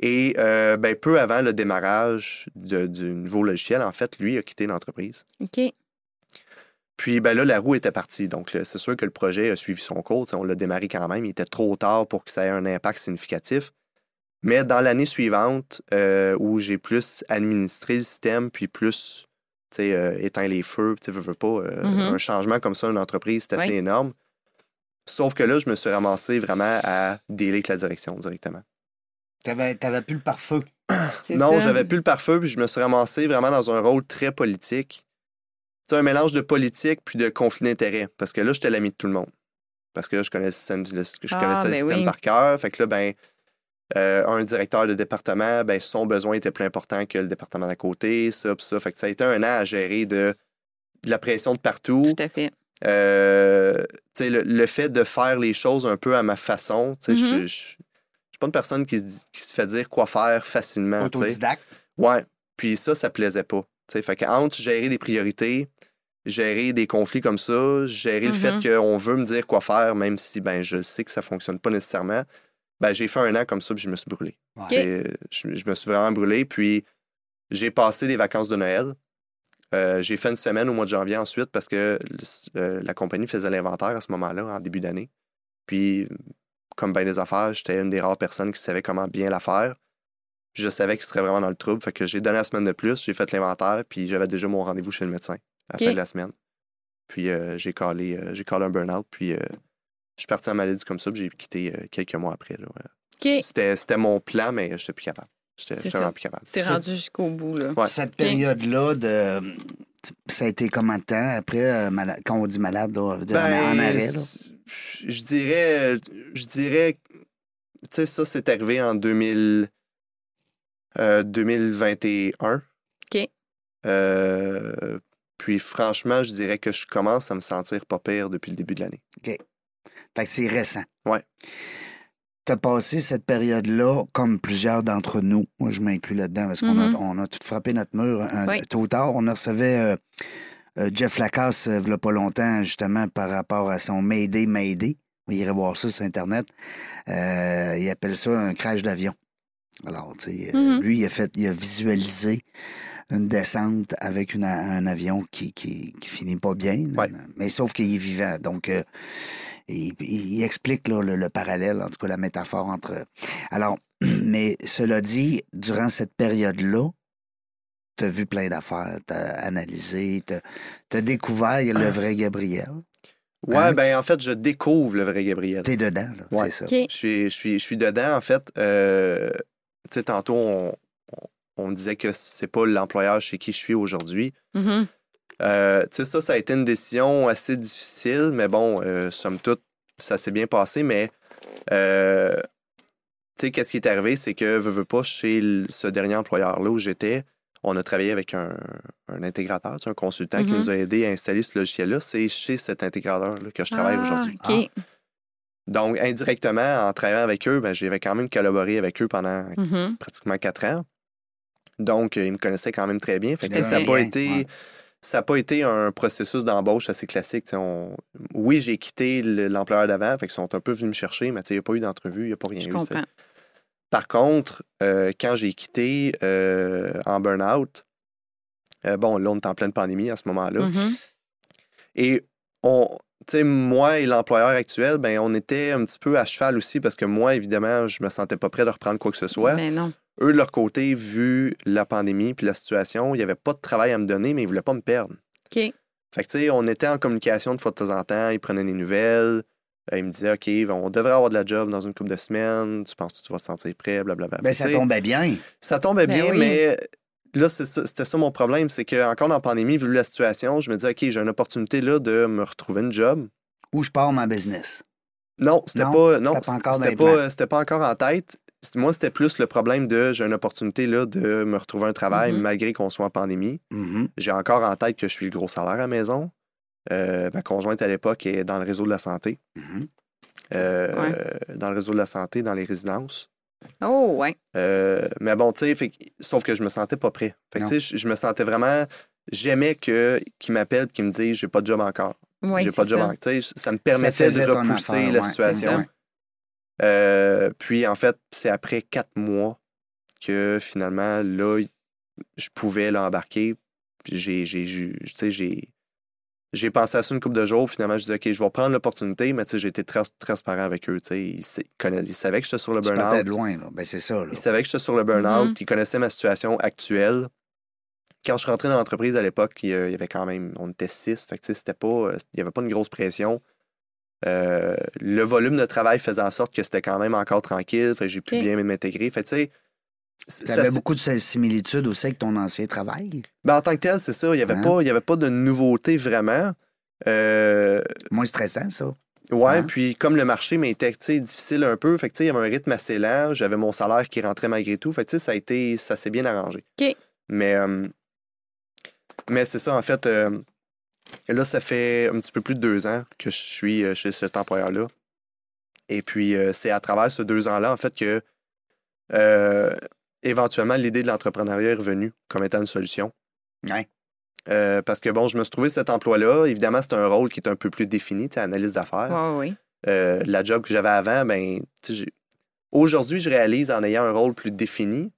C: Et euh, ben, peu avant le démarrage de- du nouveau logiciel, en fait, lui a quitté l'entreprise.
B: OK.
C: Puis ben là, la roue était partie. Donc, le- c'est sûr que le projet a suivi son cours. Tu sais, On l'a démarré quand même. Il était trop tard pour que ça ait un impact significatif. Mais dans l'année suivante, euh, où j'ai plus administré le système, puis plus tu sais, euh, éteint les feux, tu sais, veux, veux pas, euh,
B: Mhm.
C: un changement comme ça, une entreprise, c'est assez
B: Oui.
C: énorme. Sauf que là, je me suis ramassé vraiment à délai avec la direction directement.
A: T'avais, t'avais plus le pare-feu.
B: C'est
C: Non,
B: ça.
C: j'avais plus le pare-feu, puis je me suis ramassé vraiment dans un rôle très politique. Tu sais, un mélange de politique puis de conflit d'intérêts. Parce que là, j'étais l'ami de tout le monde. Parce que là, je connais le système, le- je
B: Ah,
C: connaissais le
B: ben
C: système
B: oui.
C: par cœur. Fait que là, ben, euh, un directeur de département, ben, son besoin était plus important que le département d'à côté, ça, puis ça. Fait que ça a été un an à gérer de, de la pression de partout.
B: Tout à fait.
C: Euh, tu sais, le, le fait de faire les choses un peu à ma façon. tu sais, Je
B: Mhm.
C: je- je suis pas une personne qui se, dit- qui se fait dire quoi faire
A: Ah,
C: facilement. Ah, tu sais.
A: Autodidacte.
C: Ouais. Puis ça, ça plaisait pas. T'sais, fait que entre gérer des priorités, gérer des conflits comme ça, gérer le
B: Mhm.
C: fait qu'on veut me dire quoi faire, même si ben je sais que ça fonctionne pas nécessairement, ben j'ai fait un an comme ça puis je me suis brûlé.
A: Ouais.
B: Ok.
C: T'sais, Je, je me suis vraiment brûlé. Puis j'ai passé les vacances de Noël. Euh, j'ai fait une semaine au mois de janvier ensuite parce que le- euh, la compagnie faisait l'inventaire à ce moment-là, en début d'année. Puis, comme bien des affaires, j'étais une des rares personnes qui savait comment bien la faire. Je savais qu'il serait vraiment dans le trouble. Fait que j'ai donné la semaine de plus, j'ai fait l'inventaire, puis j'avais déjà mon rendez-vous chez le médecin à
B: OK.
C: la fin de la semaine. Puis euh, j'ai collé, euh, j'ai collé un burn-out, puis euh, je suis parti en maladie comme ça, puis j'ai quitté euh, quelques mois après. là, ouais.
B: OK.
C: C'était, c'était mon plan, mais j'étais plus capable. J'étais
B: C'est
C: j'étais
B: ça.
C: vraiment plus capable.
B: Tu t'es
A: C'est-
B: rendu jusqu'au bout, là.
C: Ouais.
A: Cette période-là de. Ça a été comment de temps après, euh, mala- quand on dit malade, là, on veut dire en-
C: Ben,
A: en arrêt? là?
C: c- Je je dirais, je dirais, tu sais, ça, c'est arrivé en 2000, euh, 2021.
B: OK.
C: Euh, Puis franchement, je dirais que je commence à me sentir pas pire depuis le début de l'année.
A: Fait que c'est récent.
C: Ouais.
A: Tu as passé cette période-là, comme plusieurs d'entre nous, moi je m'inclus là-dedans, parce qu'on a-
C: Mm-hmm.
B: Mhm.
A: on a, tout frappé notre mur un,
B: Oui.
A: tôt ou tard. On recevait euh, euh, Jeff Lacasse, euh, v'là pas longtemps, justement, par rapport à son Mayday Mayday. Vous irez voir ça sur Internet. Euh, il appelle ça un crash d'avion. Alors, tu sais, euh,
B: Mhm.
A: lui, il a, fait, il a visualisé une descente avec une a- un avion qui, qui, qui finit pas bien. là.
C: Ouais.
A: Mais sauf qu'il est vivant. Donc, euh, il, il- il explique là, le, le parallèle, en tout cas la métaphore entre. Alors, mais cela dit, durant cette période-là, tu as vu plein d'affaires, tu as analysé, tu as, découvert le vrai Gabriel.
C: Ouais,
A: Alex?
C: ben en fait, je découvre le vrai Gabriel.
A: Tu es dedans, là, c'est
C: Ouais.
A: ça.
B: OK.
C: Je suis, je suis, je suis dedans, en fait. Euh, tu sais, tantôt, on, on- on disait que c'est pas l'employeur chez qui je suis aujourd'hui.
B: Mhm.
C: Euh, tu sais, ça, ça a été une décision assez difficile, mais bon, euh, somme toute, ça s'est bien passé. Mais, euh, tu sais, qu'est-ce qui est arrivé, c'est que, veux, veux pas, chez l- ce dernier employeur-là où j'étais, on a travaillé avec un, un intégrateur, tu sais, un consultant qui
B: Mhm.
C: nous a aidé à installer ce logiciel-là. C'est chez cet intégrateur-là que je travaille
B: Ah,
C: aujourd'hui.
B: OK.
C: Donc, indirectement, en travaillant avec eux, ben, j'avais quand même collaboré avec eux pendant
B: Mhm.
C: pratiquement quatre ans. Donc, euh, ils me connaissaient quand même très bien. Fait que, tu sais,
A: Des
C: ça n'a pas,
A: liens,
C: été-
A: ouais.
C: ça a pas été un processus d'embauche assez classique. tu sais, on- Oui, j'ai quitté le- l'employeur d'avant, fait qu'ils sont un peu venus me chercher, mais tu sais, il n'y a pas eu d'entrevue, il n'y a pas rien
B: Je
C: eu. tu sais.
B: comprends.
C: Par contre, euh, quand j'ai quitté euh, en burn-out, euh, bon, là, on est en pleine pandémie à ce moment-là.
B: Mhm.
C: Et on, tu sais, moi et l'employeur actuel, ben, on était un petit peu à cheval aussi parce que moi, évidemment, je me sentais pas prêt de reprendre quoi que ce soit.
B: Mais Ben non.
C: Eux, de leur côté, vu la pandémie puis la situation, il n'y avait pas de travail à me donner, mais ils voulaient pas me perdre.
B: OK.
C: Fait que, tu sais, on était en communication de fois de temps en temps, ils prenaient des nouvelles. euh, Ils me disaient, OK, ben, on devrait avoir de la job dans une couple de semaines. Tu penses que tu vas te sentir prêt, blablabla.
A: Ben,
C: Ah, Puis,
A: ça
C: tu sais,
A: tombait bien.
C: ça tombait
B: Ben
C: bien,
B: oui.
C: mais là, c'est ça- c'était ça mon problème. C'est que encore en pandémie, vu la situation, je me disais, OK, j'ai une opportunité là de me retrouver une job.
A: Où je pars ma business.
C: Non, c'était
A: Non,
C: pas. Non,
A: c'était pas encore dans
C: c'était
A: les
C: pas,
A: plans.
C: euh, c'était pas encore en tête. C'est- Moi, c'était plus le problème de j'ai une opportunité là, de me retrouver un travail
A: Mm-hmm.
B: Mhm.
C: malgré qu'on soit en pandémie.
A: Mhm.
C: J'ai encore en tête que je suis le gros salaire à la maison. Euh, ma conjointe à l'époque est dans le réseau de la santé.
A: Mhm.
C: Euh, Dans le réseau de la santé, dans les résidences.
B: Oh, ouais.
C: Euh, mais bon, tu sais, fait que- sauf que je me sentais pas prêt. Fait que,
A: Non.
C: tu sais, je- je me sentais vraiment. J'aimais que qu'ils m'appellent et qu'ils me disent j'ai pas de job encore.
B: Ouais,
C: j'ai pas de
B: c'est
C: job
B: ça.
C: encore. Tu sais, ça me
A: Ça
C: permettait
A: faisait
C: de
A: ton
C: repousser
A: affaire,
C: la
A: ouais, c'est
C: situation.
A: ça.
C: Euh, puis en fait, c'est après quatre mois que finalement, là, je pouvais l'embarquer. Puis j'ai, j'ai, j'ai- tu sais, j'ai, j'ai pensé à ça une couple de jours. Puis finalement, je disais, OK, je vais prendre l'opportunité. Mais tu sais, j'ai été trans- transparent avec eux. Tu sais, ils, sa- conna- ils savaient que j'étais sur le
A: Tu partais de
C: burn-out.
A: loin, là. Ben, c'est ça, là.
C: Ils savaient que j'étais sur le burn-out.
B: Mhm.
C: Ils connaissaient ma situation actuelle. Quand je suis rentré dans l'entreprise à l'époque, il y a- il y avait quand même, on était six. Fait que tu sais, c'était pas, euh, il n'y avait pas une grosse pression. Euh, le volume de travail faisait en sorte que c'était quand même encore tranquille. Fait que j'ai pu
B: Ok.
C: bien m'intégrer. Fait que tu sais, c-
A: Tu
C: ça
A: avais
C: s-
A: beaucoup de similitudes aussi avec ton ancien travail.
C: ben, en tant que tel, c'est ça. Il n'y avait,
A: Hein?
C: pas- il y avait pas de nouveauté vraiment. Euh,
A: Moins stressant, ça.
C: ouais,
A: Hein?
C: puis comme le marché m'était tu sais, difficile un peu, fait que, tu sais, il y avait un rythme assez lent. J'avais mon salaire qui rentrait malgré tout. Fait que, tu sais, ça a été, ça s'est bien arrangé.
B: OK.
C: Mais, euh, mais c'est ça, en fait. euh, là, ça fait un petit peu plus de deux ans que je suis euh, chez cet employeur-là. Et puis, euh, c'est à travers ces deux ans-là, en fait, que euh, éventuellement, l'idée de l'entrepreneuriat est revenue comme étant une solution.
A: Ouais.
C: Euh, parce que, bon, je me suis trouvé cet emploi-là. Évidemment, c'est un rôle qui est un peu plus défini, tu sais, analyse d'affaires.
B: Ouais, ouais.
C: Euh, la job que j'avais avant, ben, tu sais, j'ai- aujourd'hui, je réalise en ayant un rôle plus défini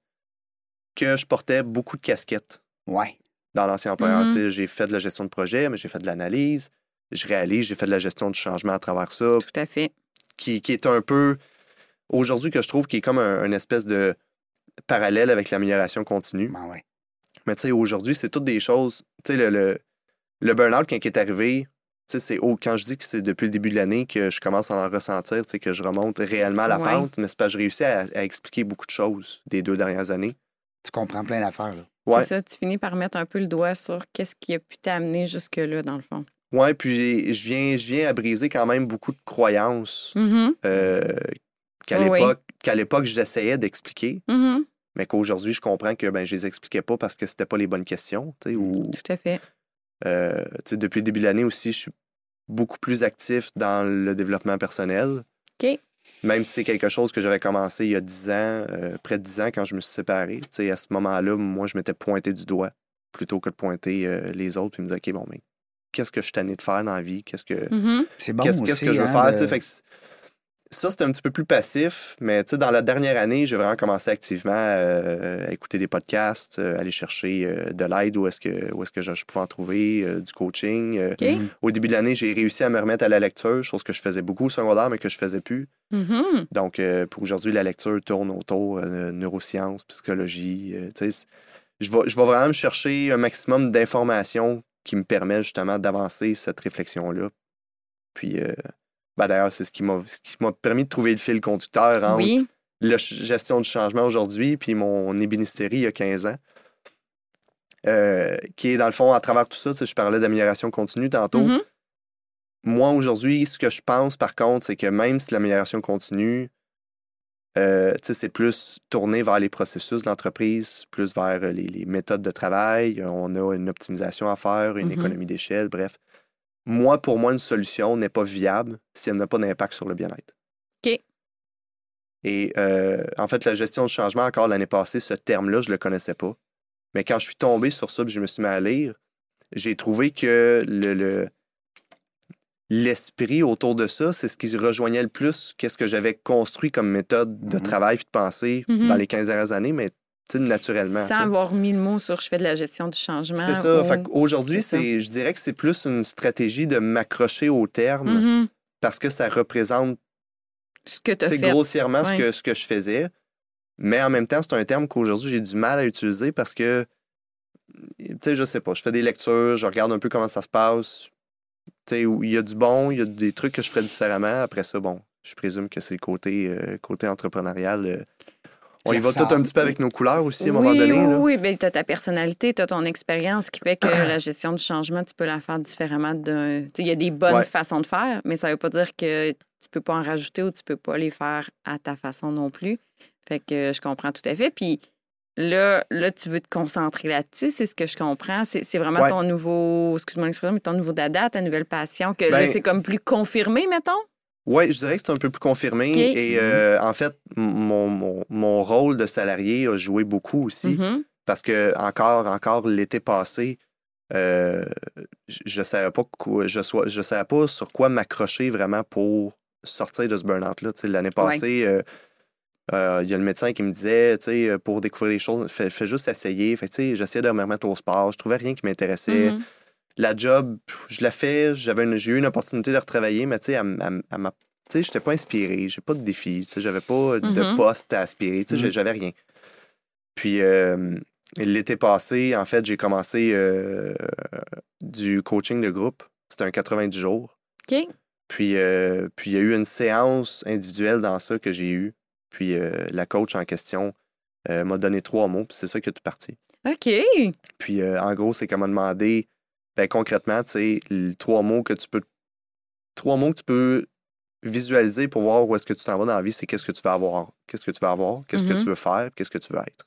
C: que je portais beaucoup de casquettes
A: Ouais.
C: dans l'ancien employeur.
B: Mhm.
C: Tu sais, J'ai fait de la gestion de projet, mais j'ai fait de l'analyse. Je réalise, j'ai fait de la gestion du changement à travers ça,
B: Tout à fait.
C: qui, qui est un peu, aujourd'hui, que je trouve qui est comme un, une espèce de parallèle avec l'amélioration continue.
A: Ben, ouais.
C: Mais tu sais, aujourd'hui, c'est toutes des choses. Tu sais, le, le, le burn-out, quand il est arrivé, tu sais, c'est au- quand je dis que c'est depuis le début de l'année que je commence à en ressentir, tu sais, que je remonte réellement la
B: Ouais.
C: pente, mais c'est pas, je réussis à, à expliquer beaucoup de choses des deux dernières années.
A: Tu comprends plein d'affaires, là.
C: Ouais.
B: C'est ça, tu finis par mettre un peu le doigt sur qu'est-ce qui a pu t'amener jusque-là, dans le fond.
C: Ouais, puis je viens, je viens à briser quand même beaucoup de croyances
B: Mhm,
C: euh, qu'à
B: Oui.
C: l'époque, qu'à l'époque j'essayais d'expliquer,
B: mhm,
C: mais qu'aujourd'hui je comprends que ben je les expliquais pas parce que c'était pas les bonnes questions, tu sais, ou
B: Tout à fait.
C: Euh, tu sais, depuis le début de l'année aussi, je suis beaucoup plus actif dans le développement personnel.
B: OK.
C: Même si c'est quelque chose que j'avais commencé il y a 10 ans, euh, près de 10 ans, quand je me suis séparé, tu sais, à ce moment-là, moi, je m'étais pointé du doigt plutôt que de pointer euh, les autres puis me dire, OK, bon, mais qu'est-ce que je suis tanné de faire dans la vie? Qu'est-ce que,
B: Mhm.
A: C'est bon
C: qu'est-ce
A: aussi,
C: qu'est-ce que je veux
A: hein,
C: faire?
A: de-
C: tu sais, fait que c- ça, c'est un petit peu plus passif, mais tu sais, dans la dernière année, j'ai vraiment commencé activement euh, à écouter des podcasts, euh, aller chercher euh, de l'aide où est-ce que, où est-ce que je, je pouvais en trouver, euh, du coaching. euh.
B: OK.
C: Au début de l'année, j'ai réussi à me remettre à la lecture, chose que je faisais beaucoup au secondaire, mais que je faisais plus.
B: Mhm.
C: Donc, euh, pour aujourd'hui, la lecture tourne autour euh, neurosciences, psychologie. euh, tu sais, c- je, vais, je vais vraiment me chercher un maximum d'informations qui me permettent justement d'avancer cette réflexion-là. Puis, euh, ben d'ailleurs, c'est ce qui m'a ce qui m'a permis de trouver le fil conducteur entre
B: Oui.
C: la ch- gestion du changement aujourd'hui, puis mon ébénisterie il y a 15 ans, euh, qui est dans le fond, à travers tout ça, tu sais, je parlais d'amélioration continue tantôt.
B: Mhm.
C: Moi, aujourd'hui, ce que je pense, par contre, c'est que même si l'amélioration continue, euh, tu sais, c'est plus tourné vers les processus de l'entreprise, plus vers euh, les, les méthodes de travail. On a une optimisation à faire, une
B: Mhm.
C: économie d'échelle, bref. Moi, pour moi, une solution n'est pas viable si elle n'a pas d'impact sur le bien-être.
B: OK.
C: Et euh, en fait, la gestion du changement, encore l'année passée, ce terme-là, je ne le connaissais pas. Mais quand je suis tombé sur ça, puis je me suis mis à lire, j'ai trouvé que le- le, l'esprit autour de ça, c'est ce qui se rejoignait le plus qu'est-ce que j'avais construit comme méthode de
A: Mhm.
C: travail puis de pensée
B: Mhm.
C: dans les 15 dernières années, mais tu sais, naturellement.
B: Sans
C: tu sais.
B: avoir mis le mot sur je fais de la gestion du changement.
C: C'est ça.
B: ou-
C: Fait Aujourd'hui,
B: oh, c'est ça.
C: je dirais que c'est plus une stratégie de m'accrocher au terme
B: Mhm.
C: parce que ça représente
B: Ce que tu as
C: tu sais,
B: fait.
C: grossièrement ce,
B: Ouais.
C: que, ce que je faisais. Mais en même temps, c'est un terme qu'aujourd'hui, j'ai du mal à utiliser parce que, tu sais, je sais pas, je fais des lectures, je regarde un peu comment ça se passe. Tu sais, où il y a du bon, il y a des trucs que je ferais différemment. Après ça, bon, je présume que c'est le côté, euh, côté entrepreneurial. euh, on y va
A: Classable.
C: tout un petit peu avec nos couleurs aussi, à un moment
B: oui,
C: donné.
B: oui,
C: là.
B: oui. Ben, tu as ta personnalité, tu as ton expérience qui fait que la gestion du changement, tu peux la faire différemment. d'un- Tu sais, Il y a des bonnes
C: Ouais.
B: façons de faire, mais ça veut pas dire que tu peux pas en rajouter ou tu peux pas les faire à ta façon non plus. Fait que euh, je comprends tout à fait. Puis là, là tu veux te concentrer là-dessus, c'est ce que je comprends. C'est c'est vraiment
C: Ouais.
B: ton nouveau, excuse-moi l'expression, mais ton nouveau dada, ta nouvelle passion, que là,
C: Ben-
B: c'est comme plus confirmé, mettons.
C: Oui, je dirais que c'est un peu plus confirmé.
B: Ok.
C: Et euh, en fait, m- mon, mon- mon rôle de salarié a joué beaucoup aussi.
B: Mhm.
C: parce que encore, encore l'été passé, euh, je- je ne savais pas quoi- je sois- je savais pas sur quoi m'accrocher vraiment pour sortir de ce burn-out-là. Tu sais, L'année passée, euh, euh, il y a le médecin qui me disait, tu sais, pour découvrir les choses, fais, fais juste essayer. Fait que, tu sais, j'essayais de me remettre au sport, je trouvais rien qui m'intéressait.
B: Mhm.
C: La job, pff, je la fais, j'avais une- j'ai eu une opportunité de retravailler, mais tu sais, elle m- elle m- elle m'a- tu sais, j'étais pas inspiré, j'ai pas de défi, tu sais, j'avais pas
B: Mhm.
C: de poste à aspirer, tu sais, j'ai- j'avais rien. Puis euh, l'été passé, en fait, j'ai commencé euh, du coaching de groupe. C'était un 90 jours.
B: OK.
C: Puis euh, puis il y a eu une séance individuelle dans ça que j'ai eue. Puis euh, la coach en question euh, m'a donné trois mots, puis c'est ça qui est tout parti.
B: OK.
C: Puis, euh, en gros, c'est comme demander, ben, concrètement, tu sais, l- trois mots que tu peux, trois mots que tu peux visualiser pour voir où est-ce que tu t'en vas dans la vie, c'est qu'est-ce que tu veux avoir, qu'est-ce que tu veux avoir, qu'est-ce que
B: Mhm.
C: tu veux faire, qu'est-ce que tu veux être.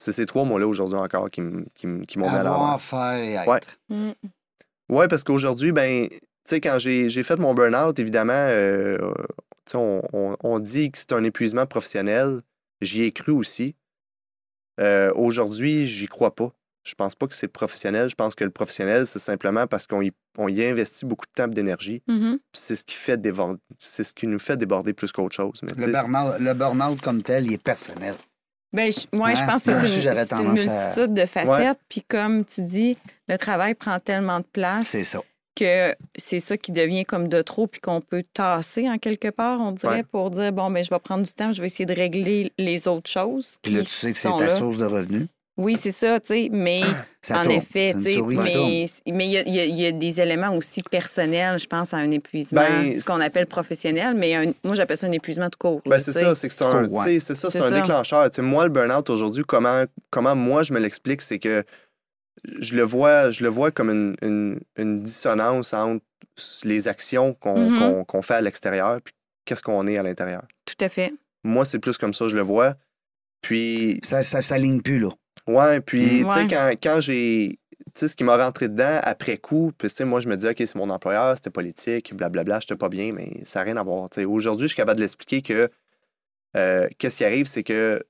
C: C'est ces trois mots-là aujourd'hui encore qui, m- qui, m- qui m'ont mis à l'envers.
A: Avoir, faire et être.
C: Ouais.
B: Mhm.
C: Oui, parce qu'aujourd'hui, ben, tu sais, quand j'ai j'ai fait mon burn-out, évidemment, euh, tu sais, on, on- on dit que c'est un épuisement professionnel. J'y ai cru aussi. Euh, Aujourd'hui, j'y crois pas. Je pense pas que c'est professionnel. Je pense que le professionnel, c'est simplement parce qu'on y, on y investit beaucoup de temps et d'énergie.
B: Mhm.
C: Puis C'est ce qui fait déborder, c'est ce qui nous fait déborder plus qu'autre chose. Mais tu
A: Le
C: sais,
A: burn-out, le burn-out comme tel, il est personnel.
B: Ben, je, moi, je
A: Hein?
B: pense que
A: Moi
B: c'est
A: aussi,
B: une,
A: j'aurais
B: c'est une
A: tendance à-
B: multitude de facettes. Puis comme tu dis, le travail prend tellement de place
A: C'est ça.
B: que c'est ça qui devient comme de trop, puis qu'on peut tasser en quelque part, on dirait,
C: Ouais.
B: pour dire, bon, mais je vais prendre du temps, je vais essayer de régler les autres choses.
A: Puis là,
B: qui
A: tu sais que c'est
B: sont
A: ta
B: là.
A: source de revenus.
B: Oui, c'est ça, tu sais, mais
A: Ça
B: en
A: tourne.
B: effet,
A: C'est une
B: tu sais,
A: souris qui
B: mais mais il y a- il y, a- il y a des éléments aussi personnels, je pense, à un épuisement,
C: Ben,
B: ce qu'on
C: c'est-
B: appelle professionnel, mais un- moi, j'appelle ça un épuisement de cours. là,
C: Ben, c'est
B: tu sais.
C: ça, c'est que c'est un,
A: Trop, ouais.
C: tu sais, c'est ça, c'est
B: C'est
C: un
B: ça.
C: déclencheur. Tu sais, moi, le burn-out aujourd'hui, comment, comment moi je me l'explique, c'est que je le vois, je le vois comme une, une- une dissonance entre les actions qu'on
B: Mhm.
C: qu'on- qu'on fait à l'extérieur puis qu'est-ce qu'on est à l'intérieur.
B: Tout à fait.
C: Moi, c'est plus comme ça, je le vois. Puis
A: Ça ne s'aligne plus, là.
C: Ouais, puis
B: Mm.
C: tu sais,
B: Ouais.
C: quand, quand j'ai. sais, ce qui m'a rentré dedans après coup, puis tu sais, moi, je me disais, OK, c'est mon employeur, c'était politique, blablabla, j'étais pas bien, mais ça n'a rien à voir. Tu sais, Aujourd'hui, je suis capable de l'expliquer que euh, qu'est-ce qui arrive, c'est que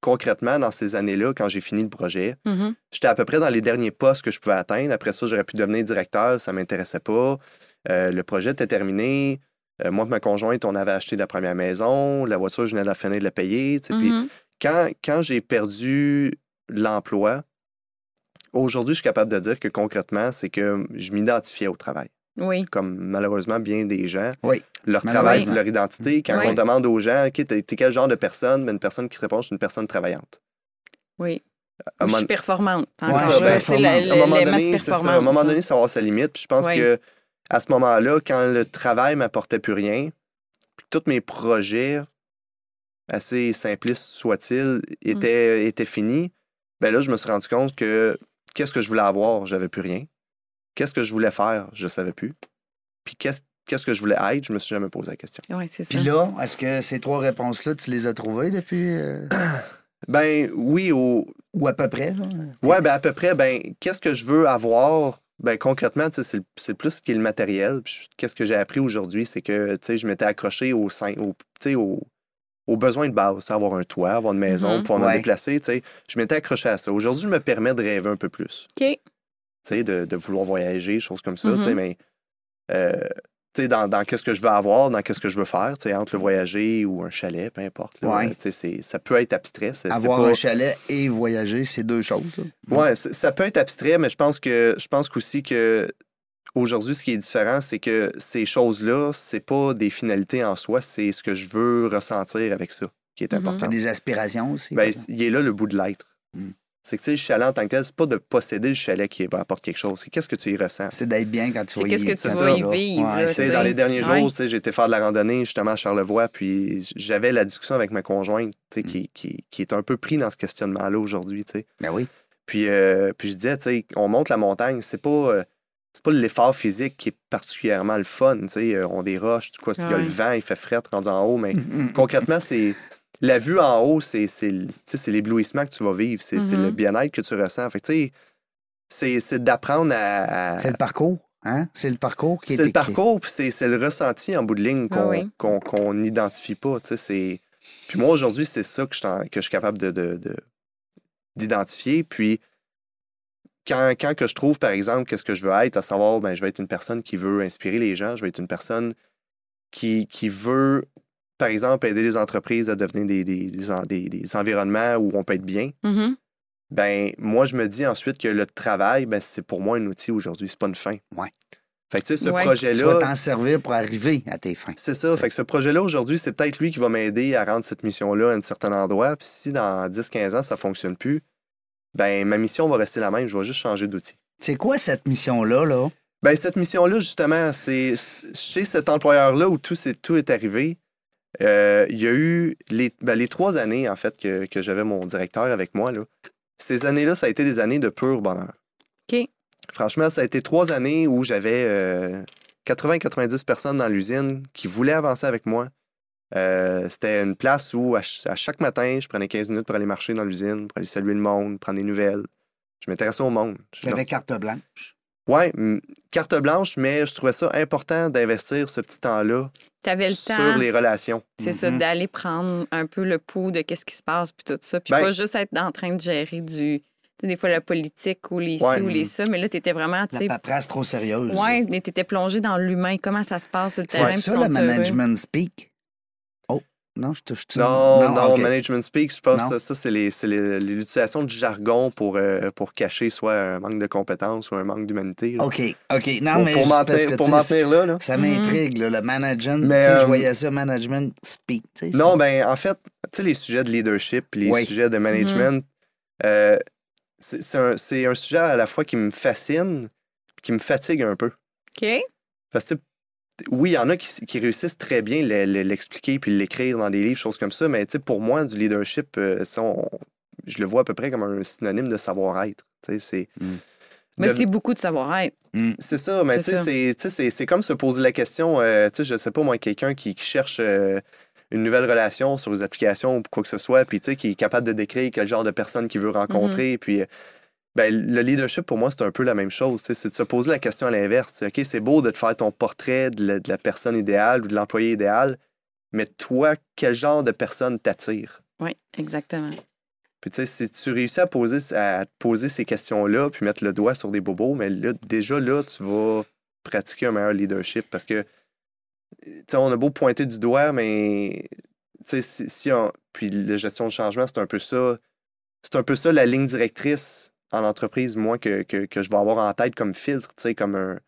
C: concrètement, dans ces années-là, quand j'ai fini le projet,
B: Mhm.
C: j'étais à peu près dans les derniers postes que je pouvais atteindre. Après ça, j'aurais pu devenir directeur, ça m'intéressait pas. Euh, le projet était terminé. Euh, moi et ma conjointe, on avait acheté la première maison. La voiture, je venais de la finir de la payer. tu sais, puis
B: Mhm.
C: quand, quand j'ai perdu l'emploi, aujourd'hui, je suis capable de dire que concrètement, c'est que je m'identifiais au travail.
B: Oui.
C: Comme malheureusement, bien des gens,
A: Oui.
C: leur travail,
A: Malheureusement.
C: c'est leur identité. Quand
B: Oui.
C: on demande aux gens, OK, t'es t'es quel genre de personne? Mais une personne qui te répond, je suis une personne travaillante.
B: Oui.
C: À un
B: Ou Je
C: moment- ben,
B: suis performante.
A: Ouais,
B: Encore
A: c'est
B: là,
A: ça,
B: c'est la-
A: performante.
B: le-
C: à un moment
B: l'élément de
C: donné, c'est ça. À un
B: performance,
C: moment
B: hein.
C: donné, ça va avoir sa limite. Puis je pense
B: Oui.
C: que à ce moment-là, quand le travail m'apportait plus rien, puis que tous mes projets, assez simplistes
B: Mm.
C: soient-ils, étaient, étaient finis, ben là, je me suis rendu compte que qu'est-ce que je voulais avoir, j'avais plus rien. Qu'est-ce que je voulais faire, je savais plus. Puis qu'est-ce qu'est-ce que je voulais être, je me suis jamais posé la question.
B: Oui, c'est ça.
A: Puis là, est-ce que ces trois réponses-là, tu les as trouvées depuis. euh,
C: Ben oui, au,
A: ou à peu près, là?
C: Ouais, ben à peu près, ben qu'est-ce que je veux avoir? Ben concrètement, tu sais, c'est le- c'est plus ce qui est le matériel. Puis je- Qu'est-ce que j'ai appris aujourd'hui, c'est que tu sais, je m'étais accroché au, sein- au, tu sais, au- aux besoins de base, avoir un toit, avoir une maison,
B: Mhm.
C: pouvoir
A: Mm-hmm. Ouais.
C: me déplacer. tu sais. Je m'étais accroché à ça. Aujourd'hui, je me permets de rêver un peu plus,
B: OK.
C: tu sais, de, de vouloir voyager, choses comme ça.
B: Mhm.
C: tu
A: Mm-hmm.
C: sais, Mais euh, tu sais, dans, dans qu'est-ce que je veux avoir, dans qu'est-ce que je veux faire, tu sais, entre le voyager ou un chalet, peu importe. là,
A: Ouais.
C: tu sais, c'est- ça peut être abstrait. c'est- c'est
A: Avoir
C: pas-
A: un chalet et voyager, c'est deux choses. là.
C: Ouais, c- ça peut être abstrait, mais je pense que je pense qu'aussi que aujourd'hui, ce qui est différent, c'est que ces choses-là, c'est pas des finalités en soi, c'est ce que je veux ressentir avec ça qui est
B: Mhm.
C: important.
A: T'as Mm-hmm. des aspirations aussi.
C: Ben,
A: là.
C: c- il est là le bout de l'être.
A: Mm.
C: C'est que tu sais, le chalet en tant que tel, c'est pas de posséder le chalet qui va apporter quelque chose. C'est qu'est-ce que tu y ressens.
A: c'est d'être bien quand tu
B: C'est
A: vas
B: qu'est-ce que tu
A: c'est
C: vas
A: ça,
B: y
A: là.
B: vivre,
A: Ouais,
B: là,
C: Tu
A: c'est
C: sais,
A: ça.
C: dans les derniers
B: Ouais.
C: jours, tu sais, j'ai été faire de la randonnée justement à Charlevoix, puis j- j'avais la discussion avec ma conjointe tu sais,
A: Mm.
C: qui, qui, qui est un peu pris dans ce questionnement-là aujourd'hui. tu sais.
A: Ben oui.
C: Puis, euh, puis je disais, tu sais, on monte la montagne, c'est pas, euh, c'est pas l'effort physique qui est particulièrement le fun, tu sais, euh, on déroche, tout quoi, il y a
B: Ouais.
C: le vent, il fait fret rendu en haut, mais
A: Mm, mm.
C: concrètement, c'est la vue en haut, c'est c'est le- tu sais, c'est l'éblouissement que tu vas vivre, c'est c'est le
B: Mhm.
C: bien-être que tu ressens. Fait que, tu sais, c'est- c'est d'apprendre à... à-
A: C'est le parcours. Hein? C'est le parcours qui est
C: c'est le
A: qui-
C: parcours, puis c'est c'est le ressenti en bout de ligne
B: Ah
C: qu'on
B: oui.
C: qu'on- qu'on n'identifie pas. Tu sais, c'est- puis moi, aujourd'hui, c'est ça que je, t'en- que je suis capable de- de- de- d'identifier. puis, quand, quand que je trouve, par exemple, qu'est-ce que je veux être, à savoir, ben, je vais être une personne qui veut inspirer les gens, je vais être une personne qui, qui veut, par exemple, aider les entreprises à devenir des, des- des en- des- des environnements où on peut être bien,
B: Mhm.
C: ben moi, je me dis ensuite que le travail, ben, c'est pour moi un outil aujourd'hui, c'est pas une fin.
A: Ouais.
C: Fait que, tu sais, ce
B: Ouais.
A: Tu vas
C: projet-là,
A: t'en servir pour arriver à tes fins.
C: c'est ça. Fait que ce projet-là, aujourd'hui, c'est peut-être lui qui va m'aider à rendre cette mission-là à un certain endroit. Puis si dans 10-15 ans, ça ne fonctionne plus, ben ma mission va rester la même. Je vais juste changer d'outil.
A: C'est quoi cette mission-là, là?
C: Ben cette mission-là, justement, c'est c'est- chez cet employeur-là où tout, est, tout est arrivé. euh, il y a eu les, ben, les trois années, en fait, que, que j'avais mon directeur avec moi. Là. Ces années-là, ça a été des années de pur bonheur.
B: OK.
C: Franchement, ça a été trois années où j'avais 80-90 personnes dans l'usine qui voulaient avancer avec moi. Euh, C'était une place où, à, ch- à chaque matin, je prenais 15 minutes pour aller marcher dans l'usine, pour aller saluer le monde, prendre des nouvelles. Je m'intéressais au monde. Je
A: Tu avais carte blanche.
C: Ouais, mm, carte blanche, mais je trouvais ça important d'investir ce petit temps-là
B: T'avais le
C: sur
B: temps,
C: les relations.
B: c'est ça,
A: Mhm.
B: d'aller prendre un peu le pouls de qu'est-ce qui se passe, puis tout ça. Puis
C: Ben-
B: pas juste être en train de gérer du... tu sais, Des fois, la politique ou les ci
C: Ouais.
B: ou les ça, mais là, t'étais vraiment, tu
A: La
B: sais,
A: paperasse trop sérieuse.
B: ouais, mais t'étais plongé dans l'humain, comment ça se passe sur le terrain.
A: C'est
B: puis
A: ça,
B: sont
A: le
B: heureux.
A: management speak? Oh, non, je touche
C: Non, non,
A: ok.
C: management speak, je pense
A: Non.
C: que ça, c'est les- c'est les- l'utilisation du jargon pour, euh, pour cacher soit un manque de compétences ou un manque d'humanité. là.
A: OK, OK. Non,
C: pour
A: mais
C: pour
A: c'est
C: m'en
A: parce
C: tenir-
A: que,
C: pour
A: tu
C: m'en
A: sais,
C: tenir là, là.
A: Ça
B: Mhm.
A: m'intrigue, là, le management.
C: Mm-hmm. Mais,
A: tu sais, je
C: euh,
A: voyais ça, management speak. tu sais,
C: Non, ben en fait, tu sais, les sujets de leadership, les
A: Oui.
C: sujets de management, euh, c'est c'est un, c'est un sujet à la fois qui me fascine puis qui me fatigue un peu.
B: OK.
C: Parce que, tu sais, oui, il y en a qui, s- qui réussissent très bien le- le- l'expliquer puis l'écrire dans des livres, choses comme ça, mais tu sais, pour moi, du leadership, euh, ça, on- je le vois à peu près comme un synonyme de savoir-être. Tu sais, C'est
B: Mais
C: De-
B: c'est beaucoup de savoir-être.
C: c'est ça, mais tu
B: C'est
C: sais,
B: ça.
C: c'est- tu sais, c'est c'est comme se poser la question, euh, tu sais, je sais pas, moi, quelqu'un qui, qui cherche euh, une nouvelle relation sur les
B: Mm-hmm.
C: applications ou quoi que ce soit, puis tu sais, qui est capable de décrire quel genre de personne qu'il veut rencontrer, puis euh, Ben, le leadership, pour moi, c'est un peu la même chose. t'sais. C'est de se poser la question à l'inverse. C'est, OK, c'est beau de te faire ton portrait de la, de la personne idéale ou de l'employé idéal, mais toi, quel genre de personne t'attire?
B: Oui, exactement.
C: Puis tu sais, si tu réussis à, poser, à te poser ces questions-là, puis mettre le doigt sur des bobos, mais là, déjà là, tu vas pratiquer un meilleur leadership parce que, tu sais, on a beau pointer du doigt, mais, tu sais, si, si on... Puis la gestion de changement, c'est un peu ça. C'est un peu ça la ligne directrice en entreprise, moi, que, que, que je vais avoir en tête comme filtre, tu sais, comme un...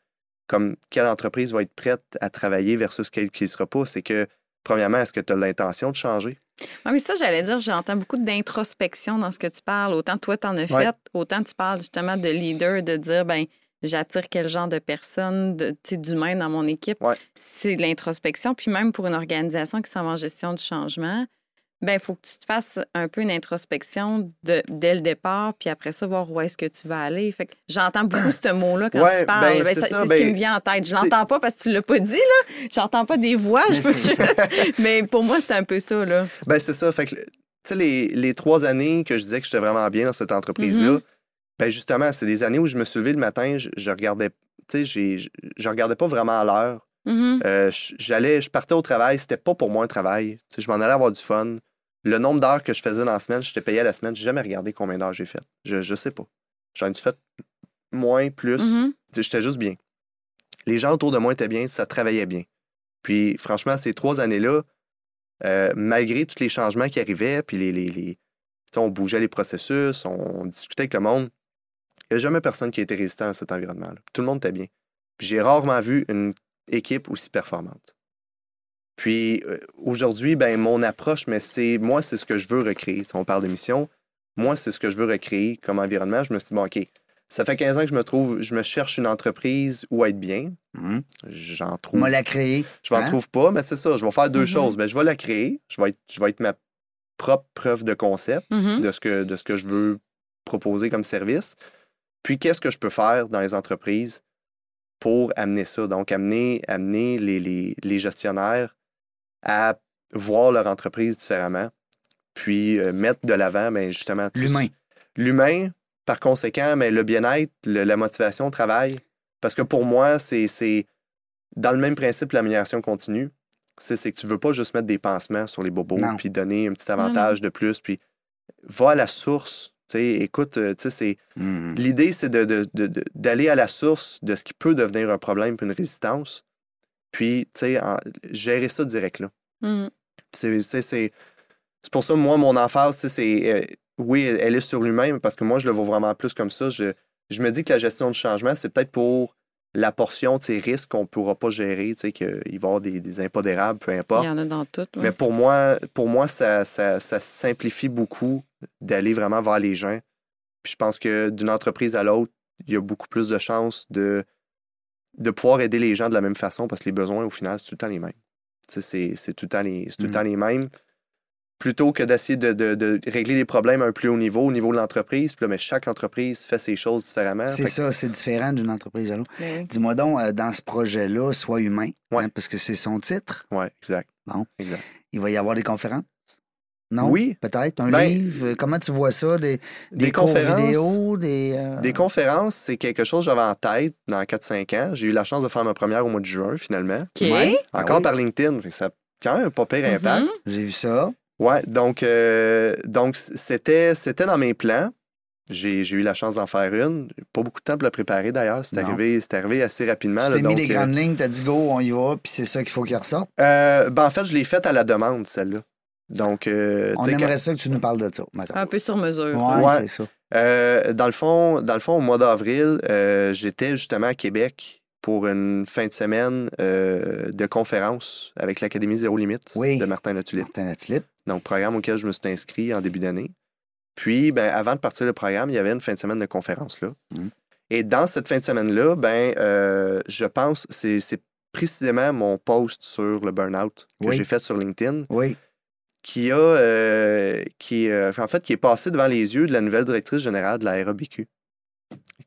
C: Comme quelle entreprise va être prête à travailler versus quelle qui ne sera pas. C'est que, premièrement, est-ce que tu as l'intention de changer?
B: Ah, mais ça, j'allais dire, j'entends beaucoup d'introspection dans ce que tu parles. Autant toi, t'en as
C: Ouais.
B: fait, autant tu parles justement de leader, de dire, ben j'attire quel genre de personne, de, tu sais, d'humain dans mon équipe.
C: Ouais.
B: C'est de l'introspection. Puis même pour une organisation qui s'en va en gestion du changement, ben il faut que tu te fasses un peu une introspection de- dès le départ, puis après ça, voir où est-ce que tu vas aller. Fait que j'entends beaucoup ce mot-là quand
C: Ouais,
B: tu parles.
C: ben,
B: Ben,
C: c'est
B: ça-
C: ça,
B: c'est ce
C: ben,
B: qui me vient en tête. Je
C: tu sais-
B: l'entends pas parce que tu l'as pas dit, là. J'entends pas des voix. je
A: Mais
B: peux
A: c'est
B: juste- Mais pour moi, c'est un peu ça, là.
C: Ben, c'est ça. Fait que, tu sais, les, les trois années que je disais que j'étais vraiment bien dans cette entreprise-là, ben, justement, c'est des années où je me suis levé le matin, je, je regardais, tu sais, j'ai- je, je regardais pas vraiment à l'heure.
B: Mhm.
C: Euh, je- j'allais, je partais au travail, c'était pas pour moi un travail. Tu sais, je m'en allais avoir du fun. Le nombre d'heures que je faisais dans la semaine, j'étais payé à la semaine, j'ai jamais regardé combien d'heures j'ai fait. Je, je sais pas. J'en ai fait moins, plus.
B: Mhm.
C: Tu sais, J'étais juste bien. Les gens autour de moi étaient bien, ça travaillait bien. Puis franchement, ces trois années-là, euh, malgré tous les changements qui arrivaient, puis les, les, les- tu sais, on bougeait les processus, on, on discutait avec le monde, il n'y a jamais personne qui a été résistant à cet environnement-là. Tout le monde était bien. Puis j'ai rarement vu une équipe aussi performante. Puis euh, aujourd'hui, ben, mon approche, mais c'est moi, c'est ce que je veux recréer. Tu sais, on parle de mission. Moi, c'est ce que je veux recréer comme environnement. Je me suis dit, bon, OK, ça fait 15 ans que je me trouve, je me cherche une entreprise où être bien.
A: Hum,
C: J'en trouve.
A: On m'a la créé.
C: Je m'en
A: hein? Mm-hmm.
C: trouve pas, mais c'est ça. Je vais faire deux
B: Mhm.
C: choses. Ben, je vais la créer. Je vais être, je vais être ma propre preuve de concept
A: Mm-hmm.
B: Mhm.
C: de ce que, de ce que je veux proposer comme service. Puis, qu'est-ce que je peux faire dans les entreprises pour amener ça? Donc, amener, amener les, les- les gestionnaires à voir leur entreprise différemment, puis euh, mettre de l'avant, ben, justement, tout-
A: L'humain.
C: L'humain, par conséquent, mais le bien-être, le- la motivation au travail. Parce que pour moi, c'est c'est- dans le même principe l'amélioration continue. C'est c'est que tu veux pas juste mettre des pansements sur les bobos
A: Non.
C: puis donner un petit
B: non.
C: avantage de plus. Puis va à la source. Tu sais, écoute, euh, tu sais, c'est-
A: Hum.
C: l'idée, c'est de- de- de- de- d'aller à la source de ce qui peut devenir un problème puis une résistance. Puis, tu sais, en- gérer ça direct là.
B: Mhm.
C: C'est- C'est c'est- c'est pour ça, moi, mon emphase, tu sais, c'est. euh, oui, elle elle est sur l'humain, mais parce que moi, je le vois vraiment plus comme ça. Je, je me dis que la gestion de changement, c'est peut-être pour la portion de ces risques qu'on ne pourra pas gérer, tu sais, qu'il va y avoir des, des impondérables, peu
B: Il
C: importe.
B: y en a dans tout. ouais.
C: Mais pour moi, pour moi ça, ça, ça simplifie beaucoup d'aller vraiment vers les gens. Puis je pense que d'une entreprise à l'autre, il y a beaucoup plus de chances de, de pouvoir aider les gens de la même façon parce que les besoins, au final, c'est tout le temps les mêmes. Tu sais, C'est c'est tout, le temps les- c'est tout le
A: Mm.
C: temps les mêmes. Plutôt que d'essayer de, de- de régler les problèmes à un plus haut niveau, au niveau de l'entreprise. Puis là, mais chaque entreprise fait ses choses différemment. Fait
A: C'est
C: que-
A: ça, c'est différent d'une entreprise à l'autre.
B: Ben oui.
A: Dis-moi donc, euh, dans ce projet-là, Sois humain,
C: Ouais.
A: hein, parce que c'est son titre,
C: Ouais, exact.
A: Bon.
C: Exact.
A: il va y avoir des conférences? Non?
C: Oui.
A: Peut-être, un
C: Ben,
A: livre. Euh, Comment tu vois ça? Des,
C: Des,
A: cours
C: conférences.
A: vidéo, des. euh,
C: Des conférences, c'est quelque chose que j'avais en tête dans 4-5 ans. J'ai eu la chance de faire ma première au mois de juin, finalement.
B: OK.
A: Ouais. Ah
C: Encore
A: oui. Mm-hmm.
C: par LinkedIn. Fait que ça a quand même un pas pire impact.
B: Mhm.
A: J'ai vu ça.
C: Ouais, donc, euh, donc c- c'était, c'était dans mes plans. J'ai, j'ai eu la chance d'en faire une. Pas beaucoup de temps pour la préparer, d'ailleurs. C'est
A: Non.
C: arrivé, c'est arrivé assez rapidement.
A: Tu
C: là,
A: t'es mis
C: donc,
A: des
C: euh,
A: grandes lignes, t'as dit go, on y va, puis c'est ça qu'il faut qu'il ressorte.
C: euh, ben, en fait, je l'ai faite à la demande, celle-là. Donc, euh,
A: On
C: tu sais, Ah, ben,
A: aimerait ça que tu nous parles de ça, maintenant.
B: Un peu sur mesure.
A: Ouais,
C: Ouais.
A: c'est ça.
C: Euh, dans, le fond, dans le fond, au mois d'avril, euh, j'étais justement à Québec pour une fin de semaine euh, de conférence avec l'Académie Zéro Limite
A: Oui.
C: de Martin Latulippe.
A: Martin Latilip.
C: Donc, programme auquel je me suis inscrit en début d'année. Puis, ben, avant de partir le programme, il y avait une fin de semaine de conférence là.
A: Mhm.
C: Et dans cette fin de semaine-là, ben, euh, je pense, c'est c'est précisément mon post sur le burn-out que
A: Oui.
C: j'ai fait sur LinkedIn
A: Oui.
C: qui a, euh, qui, euh, en fait, qui est passé devant les yeux de la nouvelle directrice générale de la RABQ,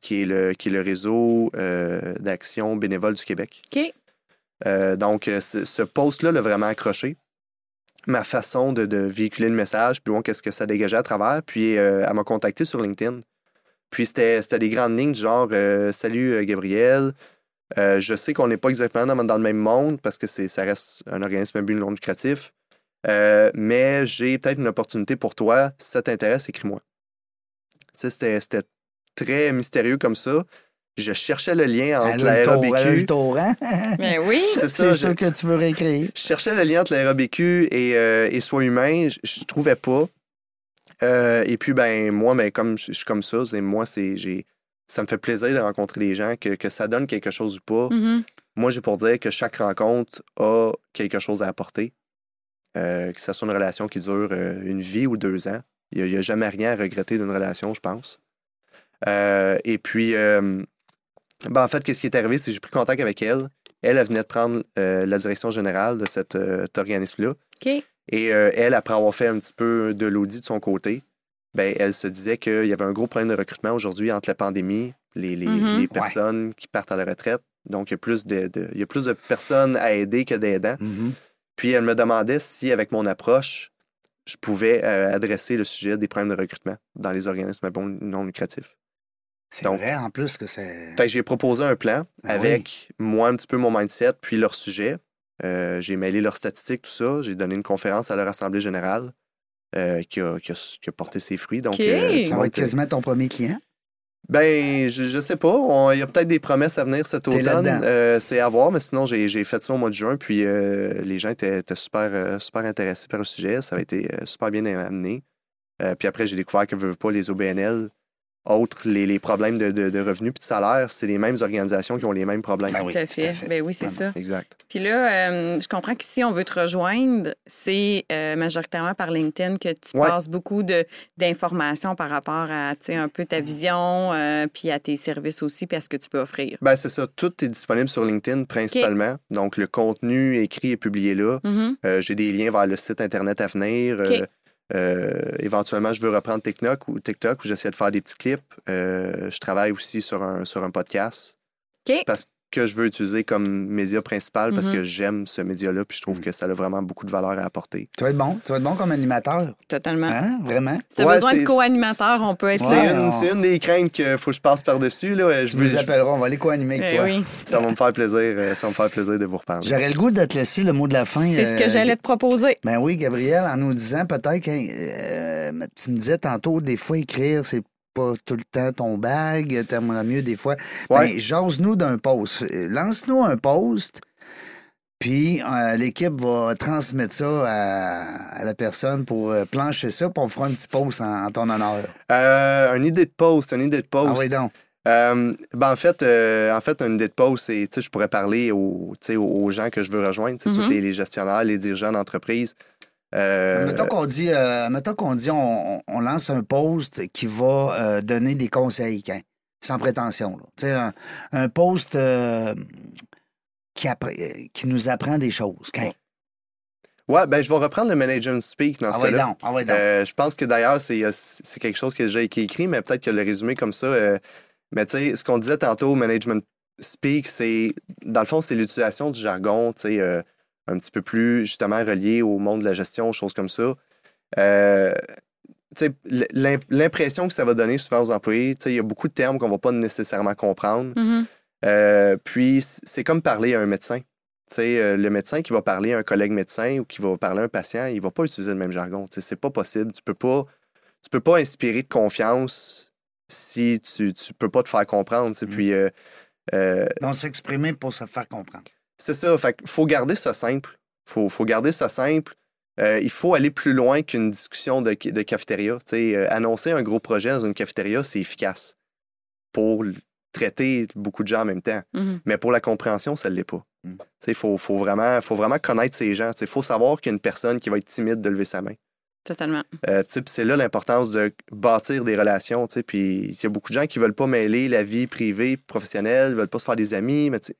C: qui est le, qui est le réseau euh, d'action bénévole du Québec.
B: OK.
C: Euh, donc, euh, ce, ce post-là l'a vraiment accroché. Ma façon de, de véhiculer le message, puis bon, qu'est-ce que ça dégageait à travers. Puis, euh, elle m'a contacté sur LinkedIn. Puis c'était c'était des grandes lignes du genre euh, Salut euh, Gabriel, Euh, je sais qu'on n'est pas exactement dans, dans le même monde parce que c'est- ça reste un organisme à but non lucratif, Euh, mais j'ai peut-être une opportunité pour toi. Si ça t'intéresse, écris-moi. Tu sais, C'était c'était très mystérieux comme ça. Je cherchais le lien entre la
A: Allume-tour,
C: RABQ.
A: allume-tour, hein?
B: Mais oui.
C: C'est ça,
A: C'est
C: je-
A: sûr que tu veux réécrire.
C: je cherchais le lien entre l'aérobécu et, euh, et soi humain, je, je trouvais pas. Euh, et puis ben moi, ben, comme je je suis comme ça, c'est moi, c'est j'ai ça me fait plaisir de rencontrer des gens, que, que ça donne quelque chose ou pas.
B: Mhm.
C: Moi, j'ai pour dire que chaque rencontre a quelque chose à apporter. Euh, que ce soit une relation qui dure euh, une vie ou deux ans. Il n'y a, jamais rien à regretter d'une relation, je pense. Euh, et puis, euh, ben, en fait, qu'est-ce qui est arrivé, c'est que j'ai pris contact avec elle. Elle, elle venait de prendre euh, la direction générale de cet, euh, cet organisme-là.
B: OK.
C: Et euh, elle, après avoir fait un petit peu de l'audit de son côté, ben, elle se disait qu'il y avait un gros problème de recrutement aujourd'hui entre la pandémie, les, les-
B: Mhm.
C: les personnes qui partent à la retraite. Donc, il y a plus de, de- il y a plus de personnes à aider que d'aidants.
A: Mhm.
C: Puis, elle me demandait si, avec mon approche, je pouvais euh, adresser le sujet des problèmes de recrutement dans les organismes à bon- non lucratifs.
A: C'est
C: Donc-
A: vrai, en plus, que c'est...
C: Fait que j'ai proposé un plan
A: Ah
C: avec moi un petit peu mon mindset, puis leur sujet. Euh, j'ai mêlé leurs statistiques, tout ça. J'ai donné une conférence à leur assemblée générale euh, qui, a, qui a- qui a porté ses fruits. Donc,
B: Ok.
A: Ça
C: euh,
A: va être
C: donc, euh,
A: quasiment ton premier client.
C: Ben, je, je sais pas. On- Il y a peut-être des promesses à venir cet
A: T'es
C: automne.
A: là-dedans.
C: Euh, c'est à voir, mais sinon, j'ai, j'ai fait ça au mois de juin. Puis euh, les gens étaient, étaient super, euh, super intéressés par le sujet. Ça a été euh, super bien amené. Euh, puis après, j'ai découvert que veux, veux pas les OBNL, autres, les, les problèmes de, de- de revenus puis de salaire, c'est les mêmes organisations qui ont les mêmes problèmes.
A: Ben oui,
B: Tout à
A: tout à
B: fait.
A: fait.
B: Ben oui, c'est ça.
C: Exact.
B: Puis là, euh, je comprends que si on veut te rejoindre, c'est euh, majoritairement par LinkedIn que tu
C: Ouais.
B: passes beaucoup de- d'informations par rapport à, tu sais, un peu ta vision, euh, puis à tes services aussi, puis à ce que tu peux offrir.
C: Ben, c'est ça. Tout est disponible sur LinkedIn principalement. Donc, le contenu écrit et publié là.
B: Mhm.
C: Euh, j'ai des liens vers le site Internet à venir.
B: OK.
C: Euh, euh, éventuellement, je veux reprendre TikTok ou TikTok où j'essaie de faire des petits clips. Euh, je travaille aussi sur un, sur un podcast
B: OK.
C: Parce que je veux utiliser comme média principal parce
B: Mhm.
C: que j'aime ce média-là puis
A: Mm.
C: je trouve que ça a vraiment beaucoup de valeur à apporter.
A: Tu vas être bon. Tu vas être bon comme animateur.
B: Totalement.
C: Ah.
A: Hein? Vraiment?
B: Si tu as
C: Ouais,
B: besoin de
C: c'est-
B: co-animateurs, on peut être
A: Ouais.
C: C'est
B: là.
C: une,
A: on-
C: c'est une des craintes qu'il faut que je passe par-dessus. là. Euh,
A: Je
C: Je veux- Eh
A: vous
C: je-
A: appellerai, on va aller co-animer avec
B: Ben
A: toi.
B: oui.
C: ça va me faire plaisir. euh, Ça va me faire plaisir de vous reparler.
A: J'aurais le goût de te laisser le mot de la fin.
B: C'est ce que
A: euh,
B: j'allais te proposer.
A: Ben oui, Gabriel, en nous disant peut-être que euh, tu me disais tantôt, des fois écrire, c'est pas tout le temps ton bag, t'aimerais mieux des fois.
C: Ouais.
A: Ben, jase-nous d'un post. Euh, Lance-nous un post, puis euh, l'équipe va transmettre ça à, à la personne pour euh, plancher ça, puis on fera un petit post en, en ton honneur.
C: Euh, une idée de post, une idée de
A: Ah
C: post.
A: oui, donc.
C: Euh, ben en fait, euh, en fait, une idée de pause, c'est, tu sais, je pourrais parler aux, tu sais, aux- aux gens que je veux rejoindre, tu sais,
B: Mhm.
A: Mm-hmm.
C: tous les, les gestionnaires, les dirigeants d'entreprise. Euh,
A: Mettons qu'on dit, euh, mettons qu'on dit on, on- on lance un post qui va euh, donner des conseils, quand- sans prétention. là. Tu sais, un, un post euh, qui, appre- euh, qui nous apprend des choses. Quand.
C: ouais, ben je vais reprendre le management speak dans ce
A: Ah ouais,
C: cas-là.
A: donc, ah ouais, donc.
C: Euh, je pense que d'ailleurs, c'est, euh, c'est quelque chose que j'ai qui est écrit, mais peut-être que le résumé comme ça. euh, mais tu sais, ce qu'on disait tantôt, management speak, c'est dans le fond, c'est l'utilisation du jargon, tu sais, euh, un petit peu plus justement relié au monde de la gestion, aux choses comme ça. Euh, tu sais, l- l'im- l'impression que ça va donner souvent aux employés, tu sais, il y a beaucoup de termes qu'on va pas nécessairement comprendre.
B: Mhm.
C: Euh, puis c- c'est comme parler à un médecin. Tu sais, euh, le médecin qui va parler à un collègue médecin ou qui va parler à un patient, il va pas utiliser le même jargon. Tu sais, C'est pas possible. Tu peux pas, tu peux pas inspirer de confiance si tu, tu peux pas te faire comprendre. tu sais.
A: Mm.
C: Puis euh, euh,
A: Donc, s'exprimer pour se faire comprendre.
C: c'est ça. Fait que faut garder ça simple. Faut, faut garder ça simple. Euh, il faut aller plus loin qu'une discussion de, de cafétéria. Tu sais, euh, annoncer un gros projet dans une cafétéria, c'est efficace pour l- traiter beaucoup de gens en même temps.
B: Mhm.
C: Mais pour la compréhension, ça ne l'est pas.
A: Mm.
C: Il faut, faut vraiment, faut vraiment connaître ces gens. Il faut savoir qu'il y a une personne qui va être timide de lever sa main.
B: Totalement.
C: Euh, tu sais, puis c'est là l'importance de bâtir des relations. tu sais, Puis il y a beaucoup de gens qui veulent pas mêler la vie privée, professionnelle, veulent pas se faire des amis. Mais tu sais,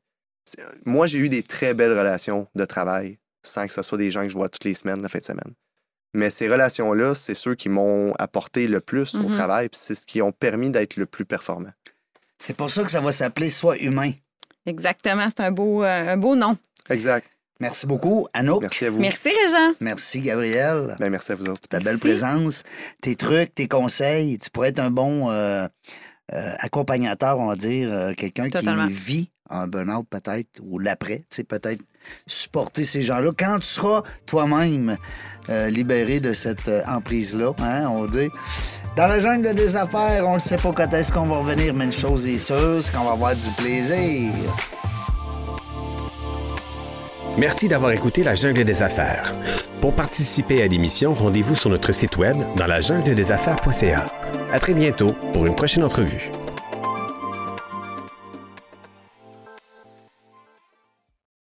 C: c'est- euh, moi, j'ai eu des très belles relations de travail sans que ce soit des gens que je vois toutes les semaines, la fin de semaine. Mais ces relations-là, c'est ceux qui m'ont apporté le plus au
B: Mhm.
C: travail, puis c'est ce qui ont permis d'être le plus performant.
A: C'est pour ça que ça va s'appeler Soit humain.
B: Exactement. C'est un beau, euh, un beau nom.
C: Exact.
A: Merci beaucoup, Anouk. Merci,
C: Merci à vous.
B: Merci, Régent.
A: Gabriel.
C: Ben, merci à vous autres.
A: Ta belle
B: Merci.
A: présence, tes trucs, tes conseils. Tu pourrais être un bon euh, euh, accompagnateur, on va dire, euh, quelqu'un qui
B: Totalement.
A: vit en burn-out peut-être, ou l'après, tu sais, peut-être supporter ces gens-là quand tu seras toi-même euh, libéré de cette euh, emprise-là, hein, on dit. Dans la jungle des affaires, on ne sait pas quand est-ce qu'on va revenir, mais une chose est sûre, c'est qu'on va avoir du plaisir.
D: Merci d'avoir écouté La Jungle des Affaires. Pour participer à l'émission, rendez-vous sur notre site web dans la jungle des affaires.ca. À très bientôt pour une prochaine entrevue.